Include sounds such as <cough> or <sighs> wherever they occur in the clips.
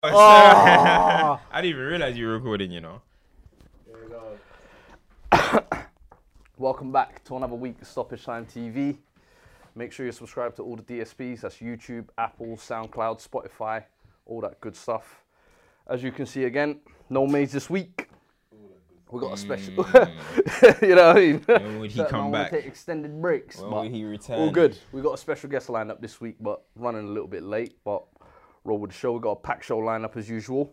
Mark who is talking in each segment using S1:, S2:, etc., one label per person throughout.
S1: <laughs> sorry.
S2: Oh.
S1: I didn't even realize you were recording, you know.
S2: Welcome back to another week of Stoppage Time TV. Make sure you subscribe to all the DSPs. That's YouTube, Apple, SoundCloud, Spotify, all that good stuff. As you can see again, no maze this week. We got a special. <laughs> you know what I mean?
S1: When would Mm. he
S2: Certain
S1: come
S2: man wanna
S1: back?
S2: Take extended breaks.
S1: When
S2: but
S1: will he return?
S2: All good. We got a special guest lined up this week, but running a little bit late. But roll with the show. We got a packed show lined up as usual.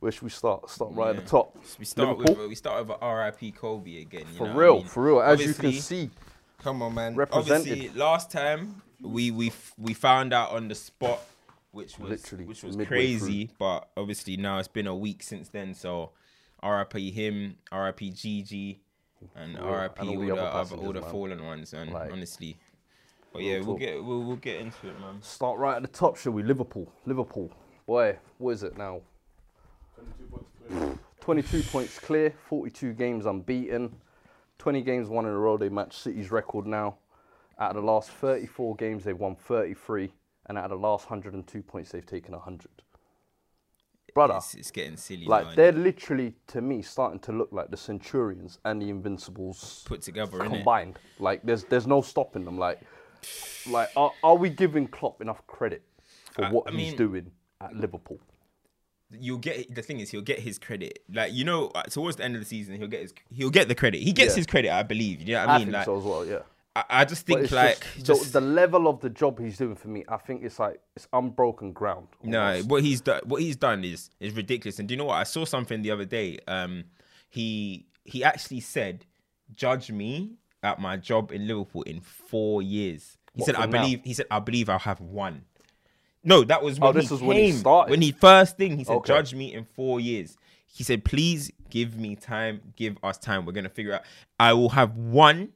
S2: Where should we start? Start right at
S1: Yeah.
S2: the top.
S1: We start
S2: Liverpool.
S1: with we start with R.I.P. Kobe again. you
S2: For
S1: know what I
S2: real,
S1: mean?
S2: for real. As you
S1: Obviously,
S2: can see,
S1: Come on, man.
S2: Represented.
S1: Obviously, last time we we f- we found out on the spot, which was
S2: Literally,
S1: which was
S2: midway
S1: crazy. But obviously now it's been a week since then, so R.I.P. him, R.I.P. Gigi, and R.I.P.
S2: and all
S1: all,
S2: the
S1: the
S2: other
S1: other, all
S2: passengers,
S1: the
S2: man.
S1: fallen ones, and
S2: Like,
S1: honestly. But yeah, we'll
S2: talk.
S1: get we'll, we'll get into it, man.
S2: start right at the top, shall we? Liverpool. Liverpool. Boy, what is it now? <sighs> 22 points clear, 42 games unbeaten, 20 games won in a row. They match City's record now. Out of the last 34 games, they've won 33, and out of the last 102 points, they've taken 100. Brother,
S1: It's, it's getting silly. now,
S2: like
S1: innit?
S2: they're literally to me starting to look like the Centurions and the Invincibles
S1: put together, innit?
S2: combined. Like there's there's no stopping them. Like like are, are we giving Klopp enough credit for
S1: I-
S2: what
S1: I
S2: he's
S1: mean-
S2: doing at Liverpool?
S1: you'll get the thing is he'll get his credit. Like you know, uh, towards the end of the season, he'll get his he'll get the credit. He gets
S2: Yeah.
S1: his credit, I believe. You know what
S2: I,
S1: I mean?
S2: think
S1: like
S2: so as well. Yeah.
S1: I, I just think
S2: It's
S1: like
S2: just,
S1: just,
S2: the, the level of the job he's doing for me, I think it's like it's unbroken ground.
S1: no,
S2: almost.
S1: what he's done what he's done is is ridiculous. And do you know what? I saw something the other day. Um, he he actually said, "Judge me at my job in Liverpool in four years." He
S2: What,
S1: said, "I
S2: from now?
S1: believe." He said, "I believe I'll have one." No, that was when
S2: Oh, this
S1: he
S2: was when he
S1: came.
S2: started.
S1: When he first thing, he said,
S2: Okay.
S1: "Judge me in four years." He said, "Please give me time. Give us time. We're gonna figure out. I will have one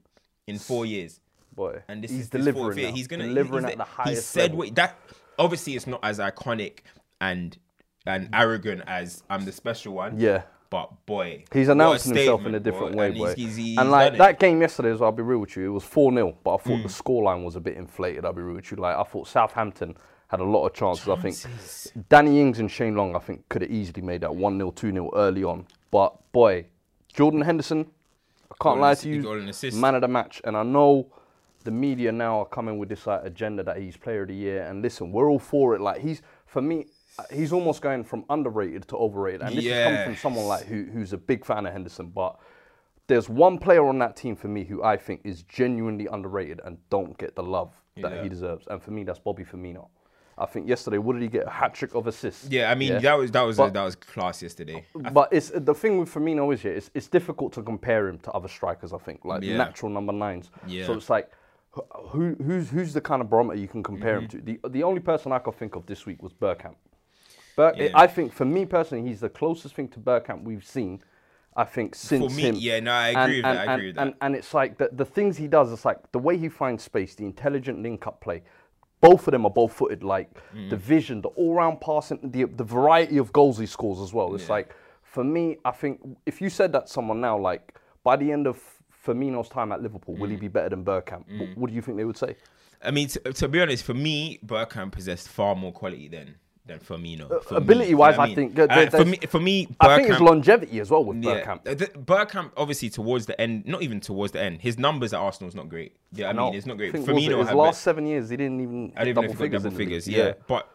S1: in four years."
S2: boy,
S1: and this
S2: he's
S1: is this
S2: delivering.
S1: fourth year.
S2: now.
S1: He's gonna
S2: delivering
S1: he's,
S2: at the
S1: He
S2: highest
S1: said
S2: level.
S1: what that obviously it's not as iconic and and arrogant as I'm the special one.
S2: Yeah.
S1: But boy,
S2: He's
S1: what a
S2: announcing himself in
S1: statement,
S2: a different
S1: boy.
S2: way,
S1: and
S2: boy.
S1: He's, he's, he's
S2: and like
S1: done it. Hmm.
S2: that game yesterday, as I'll be real with you, it was 4 0, but I thought the scoreline was a bit inflated, I'll be real with you. Like, I thought Southampton had a lot of chances, I
S1: Chances.
S2: think. Danny Ings and Shane Long, I think, could have easily made that 1 0, 2 0 early on. But boy, Jordan Henderson, I can't
S1: an
S2: lie
S1: assi-
S2: to
S1: he got an
S2: you,
S1: assist.
S2: man of the match. And I know the media now are coming with this like, agenda that he's player of the year. And listen, we're all for it. Like, he's, for me, he's almost going from underrated to overrated. And this is coming from
S1: Yes.
S2: someone like who, who's a big fan of Henderson, but there's one player on that team for me who I think is genuinely underrated and don't get the love that
S1: Yeah.
S2: he deserves. And for me, that's Bobby Firmino. I think yesterday, what did he get? A hat trick of assists.
S1: Yeah, I mean that was that was
S2: But-
S1: that was class yesterday.
S2: But it's the thing with Firmino is yeah, it's, it's difficult to compare him to other strikers. I think like
S1: Yeah.
S2: natural number nines. So
S1: Yeah.
S2: it's like wh- who who's who's the kind of barometer you can compare
S1: Mm-hmm.
S2: him to. The the only person I could think of this week was Burkamp. But
S1: Yeah.
S2: I think for me personally, he's the closest thing to Burkamp we've seen. I think since
S1: me,
S2: him.
S1: yeah, no, I agree with that, I agree with that.
S2: And, and it's like the, the things he does. It's like the way he finds space, the intelligent link-up play. Both of them are both-footed. Like
S1: Mm.
S2: the vision, the all-round passing, the the variety of goals he scores as well. It's like for me, I think if you said that to someone now, like by the end of Firmino's time at Liverpool, will he
S1: Mm.
S2: be better than Burkamp? Wh- What, do you think they would say?
S1: I mean, to, to be honest, for me, Burkham possessed far more quality than than Firmino. For me,
S2: Uh, Ability-wise,
S1: you know what
S2: I think
S1: mean?
S2: that- that-
S1: And for me,
S2: that's-
S1: for me, Burkham,
S2: I think it's longevity as well with Burkamp.
S1: Uh, th- Bergkamp, obviously, towards the end, not even towards the end, his numbers at Arsenal's not great. Yeah, I mean, it's not great.
S2: I think, what was it,
S1: Firmino
S2: his
S1: had
S2: last
S1: be-
S2: seven years, he didn't even
S1: I
S2: hit
S1: don't even know if he
S2: double
S1: got
S2: figures.
S1: double
S2: in the
S1: figures.
S2: league.
S1: Yeah. but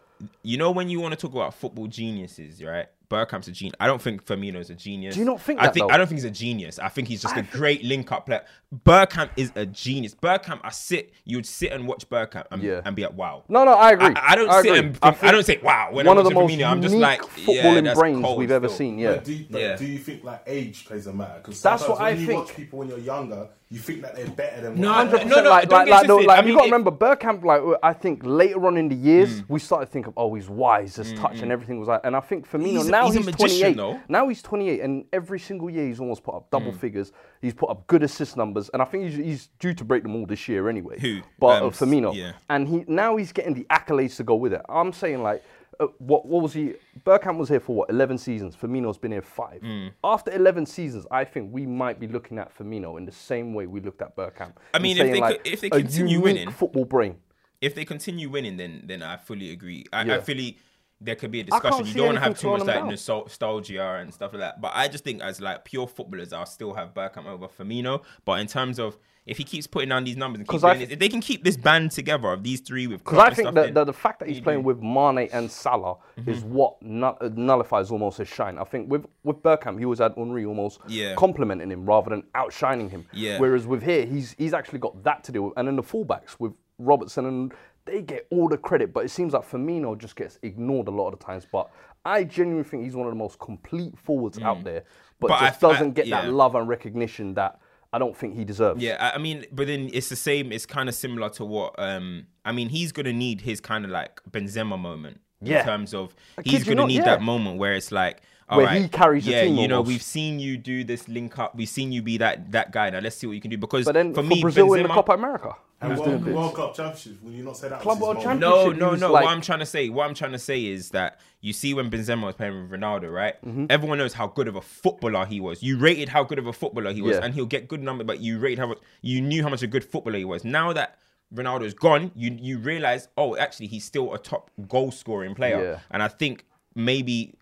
S1: you know when you want to talk about football geniuses, right? Bergkamp's a genius. I don't think Firmino's a genius.
S2: Do you not think
S1: I
S2: that,
S1: think
S2: though?
S1: I don't think he's a genius. I think he's just a great link-up player. Bergkamp is a genius. Bergkamp, I sit, you would sit and watch Bergkamp and,
S2: Yeah.
S1: and be like, wow.
S2: No, no, I agree.
S1: I, I don't
S2: I
S1: sit
S2: agree.
S1: and
S2: I
S1: think- I,
S2: think
S1: don't say wow. When
S2: one
S1: I
S2: of the
S1: watch
S2: most
S1: Firmino, I'm just
S2: unique
S1: like yeah,
S2: footballing
S1: that's
S2: brains
S1: cold
S2: we've ever
S1: still.
S2: seen. Yeah.
S3: But do, you, but
S1: Yeah.
S3: do you think like age plays a matter? Because
S2: That's
S3: sometimes
S2: what
S3: when
S2: I
S3: you watch
S2: think.
S3: people when you're younger, you think that they're better than
S1: No,
S3: what they
S1: no, no,
S3: are.
S1: no,
S2: like,
S1: don't
S2: like,
S1: get
S2: like, no,
S1: twisted.
S2: like,
S1: I
S2: you
S1: mean,
S2: got
S1: it-
S2: to
S1: Mm.
S2: remember Burkamp. Like, I think later on in the years, we started thinking, oh, he's wise, his touch and everything was like. And I think Firmino
S1: He's a-
S2: now
S1: he's a
S2: he's,
S1: magician,
S2: 28.
S1: though. Mm.
S2: Now he's 28, and every single year he's almost put up double figures. He's put up good assist numbers, and I think he's, he's due to break them all this year anyway.
S1: Who?
S2: But
S1: Um,
S2: uh, Firmino.
S1: yeah.
S2: And he now he's getting the accolades to go with it. I'm saying like, uh, what what was he? Burkamp was here for what 11 seasons. Firmino's been here five.
S1: Mm.
S2: After 11 seasons, I think we might be looking at Firmino in the same way we looked at Burkamp.
S1: I mean,
S2: And
S1: if
S2: saying,
S1: they
S2: like,
S1: co- if they
S2: a
S1: continue
S2: unique
S1: winning-
S2: football brain.
S1: if they continue winning, then then I fully agree. I,
S2: Yeah.
S1: I fully there could be a
S2: can't
S1: discussion. You
S2: see
S1: don't want to
S2: anything
S1: have too
S2: slowing
S1: much
S2: them
S1: like
S2: down.
S1: nostal- nostalgia and stuff like that. But I just think as like pure footballers, I'll still have Bergkamp over Firmino. But in terms of if he keeps putting down these numbers, and keep
S2: 'Cause I
S1: doing
S2: th-
S1: this, if they can keep this band together of these three with
S2: Because
S1: Klopp
S2: I
S1: and
S2: think
S1: stuff,
S2: that,
S1: then- Mm-hmm.
S2: that the fact that he's playing with Mane and Salah is what nu- uh, nullifies almost his shine. I think with with Burkham, he always had Henri almost
S1: Yeah.
S2: complimenting him rather than outshining him.
S1: Yeah.
S2: Whereas with here, he's he's actually got that to deal with. And then the fullbacks with Robertson and they get all the credit, but it seems like Firmino just gets ignored a lot of the times. But I genuinely think he's one of the most complete forwards out there, but,
S1: Mm. But I f-
S2: just
S1: I-
S2: doesn't get
S1: yeah.
S2: that love and recognition that I don't think he deserves.
S1: Yeah, I- I mean, but then it's the same. It's kind of similar to what um. I mean, he's gonna need his kind of like Benzema moment
S2: Yeah.
S1: in terms of
S2: kid
S1: he's
S2: you
S1: gonna
S2: not,
S1: need
S2: yeah.
S1: that moment where it's like. all
S2: Where
S1: right,
S2: he carries the
S1: yeah,
S2: team
S1: you know,
S2: almost.
S1: we've seen you do this link up. We've seen you be that that guy. Now let's see what you can do. Because
S2: But then
S1: for
S2: for,
S1: me,
S2: Brazil
S1: Benzema,
S2: in the Copa America, he
S3: And
S2: was doing
S3: World,
S2: bits.
S3: World Cup championships. Will you not say that?
S2: Club
S3: was
S2: World
S3: his moment?
S2: champion-
S1: No,
S2: should
S1: no,
S2: use,
S1: no.
S2: like-
S1: what I'm trying to say, what I'm trying to say is that you see when Benzema was playing with Ronaldo, right?
S2: Mm-hmm.
S1: Everyone knows how good of a footballer he was. You rated how good of a footballer he was,
S2: Yeah.
S1: and he'll get good numbers, but you rate how much- you knew how much a good footballer he was. Now that Ronaldo's gone, you you realize, oh, actually he's still a top goal scoring player.
S2: Yeah.
S1: And I think maybe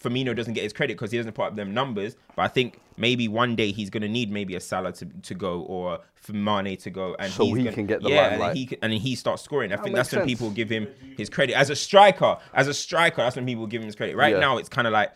S1: Firmino doesn't get his credit because he doesn't put up them numbers. But I think maybe one day he's gonna need maybe a Salah to, to go or for Mane to go, and
S2: So
S1: he's
S2: he
S1: gonna-
S2: can get the
S1: yeah, and then
S2: limelight.
S1: he can- and then he starts scoring. I think that's
S2: makes
S1: when
S2: sense.
S1: people give him his credit as a striker. As a striker, that's when people give him his credit. Right
S2: Yeah.
S1: now, it's kind of like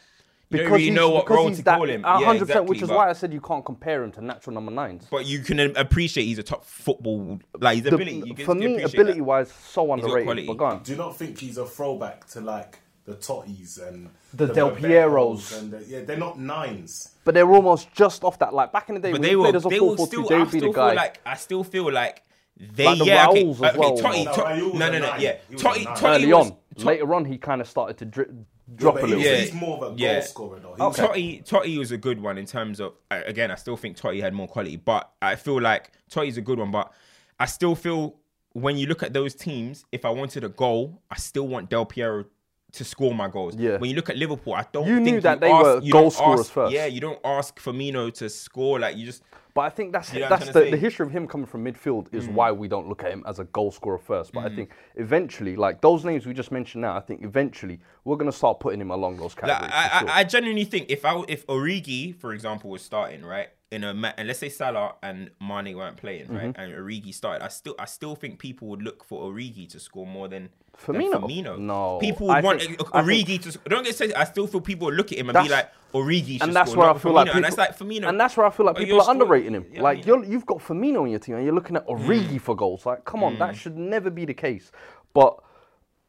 S1: you don't
S2: because
S1: really
S2: he's-
S1: know what
S2: because
S1: role
S2: he's
S1: to
S2: that-
S1: call him.
S2: a
S1: Yeah,
S2: 100%,
S1: exactly,
S2: which is
S1: but-
S2: why I said you can't compare him to natural number nines.
S1: But you can appreciate he's a top football, like his
S2: The-
S1: ability. You can,
S2: for
S1: you can
S2: me,
S1: appreciate that.
S2: ability wise, so
S1: quality.
S2: underrated. But go on.
S3: Do you not think he's a throwback to like the Totties and
S2: The Del
S3: Bebetos
S2: Pieros.
S3: And the, yeah, they're not nines.
S2: But they're almost just off that. Like back in the day,
S1: But
S2: when
S1: they
S2: you
S1: will,
S2: played as a
S1: they will
S2: 4
S1: still.
S2: 2
S1: I still
S2: they would be the
S1: feel
S2: guy.
S1: like I still feel like they.
S2: Like the
S1: yeah, okay, uh,
S2: Raúls as
S1: okay,
S2: well,
S1: Totti,
S2: no?
S1: Totti,
S3: No, Raúl was
S1: no,
S3: a
S1: no, no,
S3: nine.
S1: yeah,
S3: He was a
S1: Totti,
S3: nine.
S1: Totti
S2: early
S1: was,
S2: on. Later on, he kind of started to dri-
S3: Yeah,
S2: drop
S3: but
S2: a
S3: he
S2: little
S3: was,
S1: Yeah.
S2: bit.
S3: he's more of a
S1: Yeah.
S3: goal scorer though. He was-
S1: Totti, Totti was a good one in terms of I- again, I still think Totti had more quality, but I feel like Totti's a good one, but I still feel when you look at those teams, if I wanted a goal, I still want Del Piero to score my goals.
S2: Yeah.
S1: When you look at Liverpool, I don't
S2: You
S1: think
S2: knew that they
S1: ask-
S2: were
S1: you don't
S2: goal scorers
S1: ask-
S2: first.
S1: Yeah, you don't ask Firmino to score like you just
S2: But I think that's
S1: You know what I'm
S2: that's
S1: trying
S2: the,
S1: to
S2: the
S1: say? Mm.
S2: history of him coming from midfield is why we don't look at him as a goal scorer first. But I think eventually, like those names we just mentioned now, I think eventually we're gonna start putting him along those
S1: Like,
S2: categories.
S1: I,
S2: for sure.
S1: I, I genuinely think if I if Origi, for example, was starting right in a match, and let's say Salah and Mane weren't playing right,
S2: Mm-hmm.
S1: and Origi started, I still I still think people would look for Origi to score more than than
S2: Firmino?
S1: Firmino.
S2: No.
S1: people would
S2: I
S1: want
S2: think- I
S1: Origi to sc- don't get said. I still feel people would look at him and be like
S2: That's-
S1: Origi, should
S2: and that's
S1: score,
S2: where I
S1: not
S2: feel
S1: Firmino."
S2: like people,
S1: and that's like Firmino,
S2: and that's where I feel like
S1: But
S2: people
S1: you're
S2: are
S1: scoring-
S2: underrating him.
S1: Yeah, Mm. I
S2: like
S1: mean-
S2: you're, you've got Firmino on your team, and you're looking at Origi for goals. Like, come on,
S1: Mm.
S2: that should never be the case. But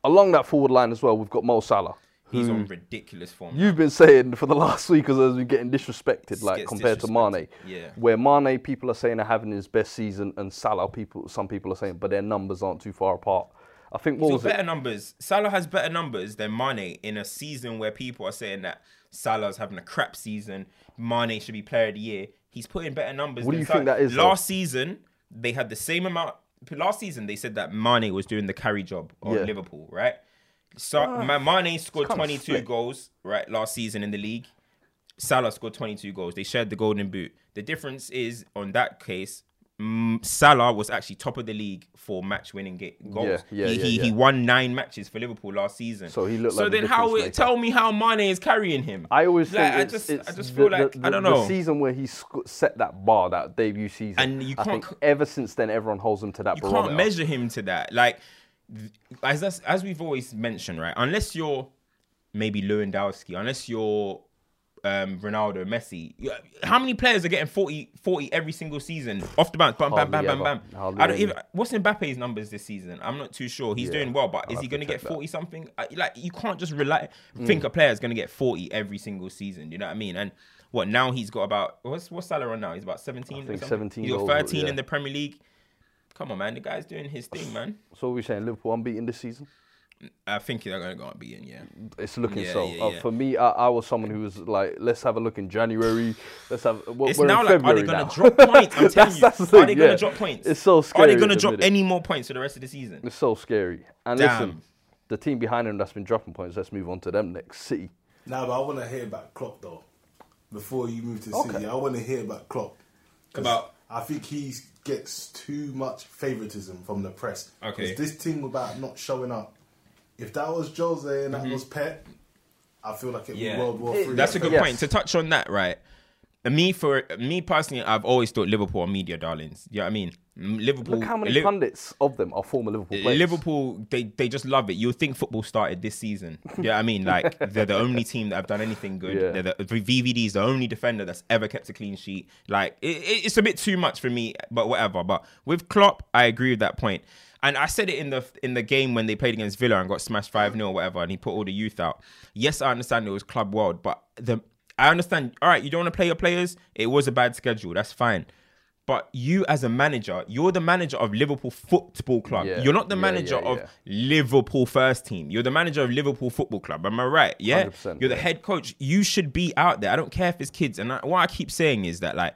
S2: along that forward line as well, we've got Mo Salah.
S1: he's
S2: Hmm.
S1: on ridiculous form.
S2: You've been saying for the last <laughs> week or so has been getting disrespected, like
S1: gets
S2: compared to
S1: disrespected,
S2: Mane.
S1: yeah.
S2: Where Mane, people are saying are having his best season, and Salah, people, some people are saying, but their numbers aren't too far apart. I think what
S1: He's
S2: was
S1: got
S2: it?
S1: better numbers. Salah has better numbers than Mane in a season where people are saying that Salah's having a crap season. Mane should be player of the year. He's putting better numbers.
S2: What do
S1: than
S2: you
S1: Salah.
S2: think that is, though?
S1: Last season they had the same amount. Last season they said that Mane was doing the carry job on
S2: Yeah. Ah,
S1: Liverpool, right? So Ma- Mane scored
S2: kinda
S1: 22
S2: split.
S1: goals right last season in the league. Salah scored 22 goals. They shared the golden boot. The difference is on that case, mm, Salah was actually top of the league for match-winning ga- goals.
S2: Yeah, yeah,
S1: he,
S2: yeah,
S1: he,
S2: yeah.
S1: he won nine matches for Liverpool last season.
S2: So he looked
S1: So
S2: like the
S1: then, how
S2: difference maker.
S1: tell me how Mane is carrying him?
S2: I always
S1: Like,
S2: think it's,
S1: I just
S2: it's
S1: I just
S2: the-
S1: feel
S2: the,
S1: like I
S2: the-
S1: don't
S2: The
S1: know.
S2: season where he sc- set that bar, that debut season,
S1: And you
S2: I
S1: can't
S2: think
S1: c-
S2: ever since then everyone holds him to that
S1: you
S2: barometer.
S1: can't measure him to that. Like th- as that's, as we've always mentioned, right? Unless you're maybe Lewandowski, unless you're um, Ronaldo, Messi. you- How many players are getting 40, 40 every single season off the bounce? Bam, bam, bam, bam,
S2: Hardly
S1: bam.
S2: ever. Hardly
S1: I don't
S2: any.
S1: even. What's Mbappe's numbers this season? I'm not too sure. He's doing well, but is
S2: have
S1: he
S2: to
S1: going to get
S2: check that. Mm.
S1: forty something? I- Like you can't just rely think a player is going to get forty every single season. You know what I mean? And what now? He's got about what's what's Salah on now? He's about seventeen.
S2: think 17
S1: You're
S2: goals,
S1: thirteen
S2: yeah.
S1: in the Premier League. Come on, man. The guy's doing his thing, man.
S2: So we're saying Liverpool unbeaten this season.
S1: I think they're going to go and be in, yeah.
S2: It's looking
S1: Yeah,
S2: so.
S1: yeah,
S2: Uh,
S1: yeah.
S2: for me, I, I was someone who was like, let's have a look in January. Let's have. Well,
S1: It's
S2: we're
S1: now
S2: in
S1: like, are
S2: February
S1: they going
S2: now.
S1: to drop points? I'm telling
S2: <laughs> That's-
S1: you.
S2: that's the
S1: are they
S2: thing,
S1: going to
S2: yeah.
S1: drop points?
S2: It's so
S1: Are
S2: scary
S1: they going to
S2: at the
S1: drop
S2: minute.
S1: any more points for the rest of the season?
S2: It's so scary. And
S1: Damn.
S2: listen, the team behind him that's been dropping points. Let's move on to them next. City.
S3: Now, but I want to hear about Klopp though. Before you move to
S2: Okay.
S3: City, I want to hear about Klopp. 'Cause
S1: About-
S3: I think he gets too much favoritism from the press.
S1: Okay.
S3: 'Cause This thing about not showing up If that was Jose and that was Pep, I feel like it would
S1: Mm-hmm. Yeah.
S3: be World War Three.
S1: That's a good
S2: Yes.
S1: point. To touch on that, right? Me for me personally, I've always thought Liverpool are media darlings. You know what I mean? Mm, Liverpool.
S2: Look how many
S1: Liv-
S2: pundits of them are former Liverpool players.
S1: Liverpool, they, they just love it. You'll think football started this season. Yeah, I mean,
S2: <laughs>
S1: like they're the only team that have done anything good.
S2: Yeah.
S1: They're the, VVD's the only defender that's ever kept a clean sheet. Like it, it- it's a bit too much for me, but whatever. But with Klopp, I agree with that point. And I said it in the in the game when they played against Villa and got smashed five 0 or whatever, and he put all the youth out. Yes, I understand it was club world, but the I understand. All right, you don't want to play your players. It was a bad schedule. That's fine. But you, as a manager, you're the manager of Liverpool Football Club.
S2: Yeah,
S1: You're not the
S2: yeah,
S1: manager
S2: yeah,
S1: of
S2: yeah.
S1: Liverpool first team. You're the manager of Liverpool Football Club. Am I right? Yeah.
S2: 100%,
S1: You're the
S2: yeah.
S1: head coach. You should be out there. I don't care if it's kids. And I, what I keep saying is that like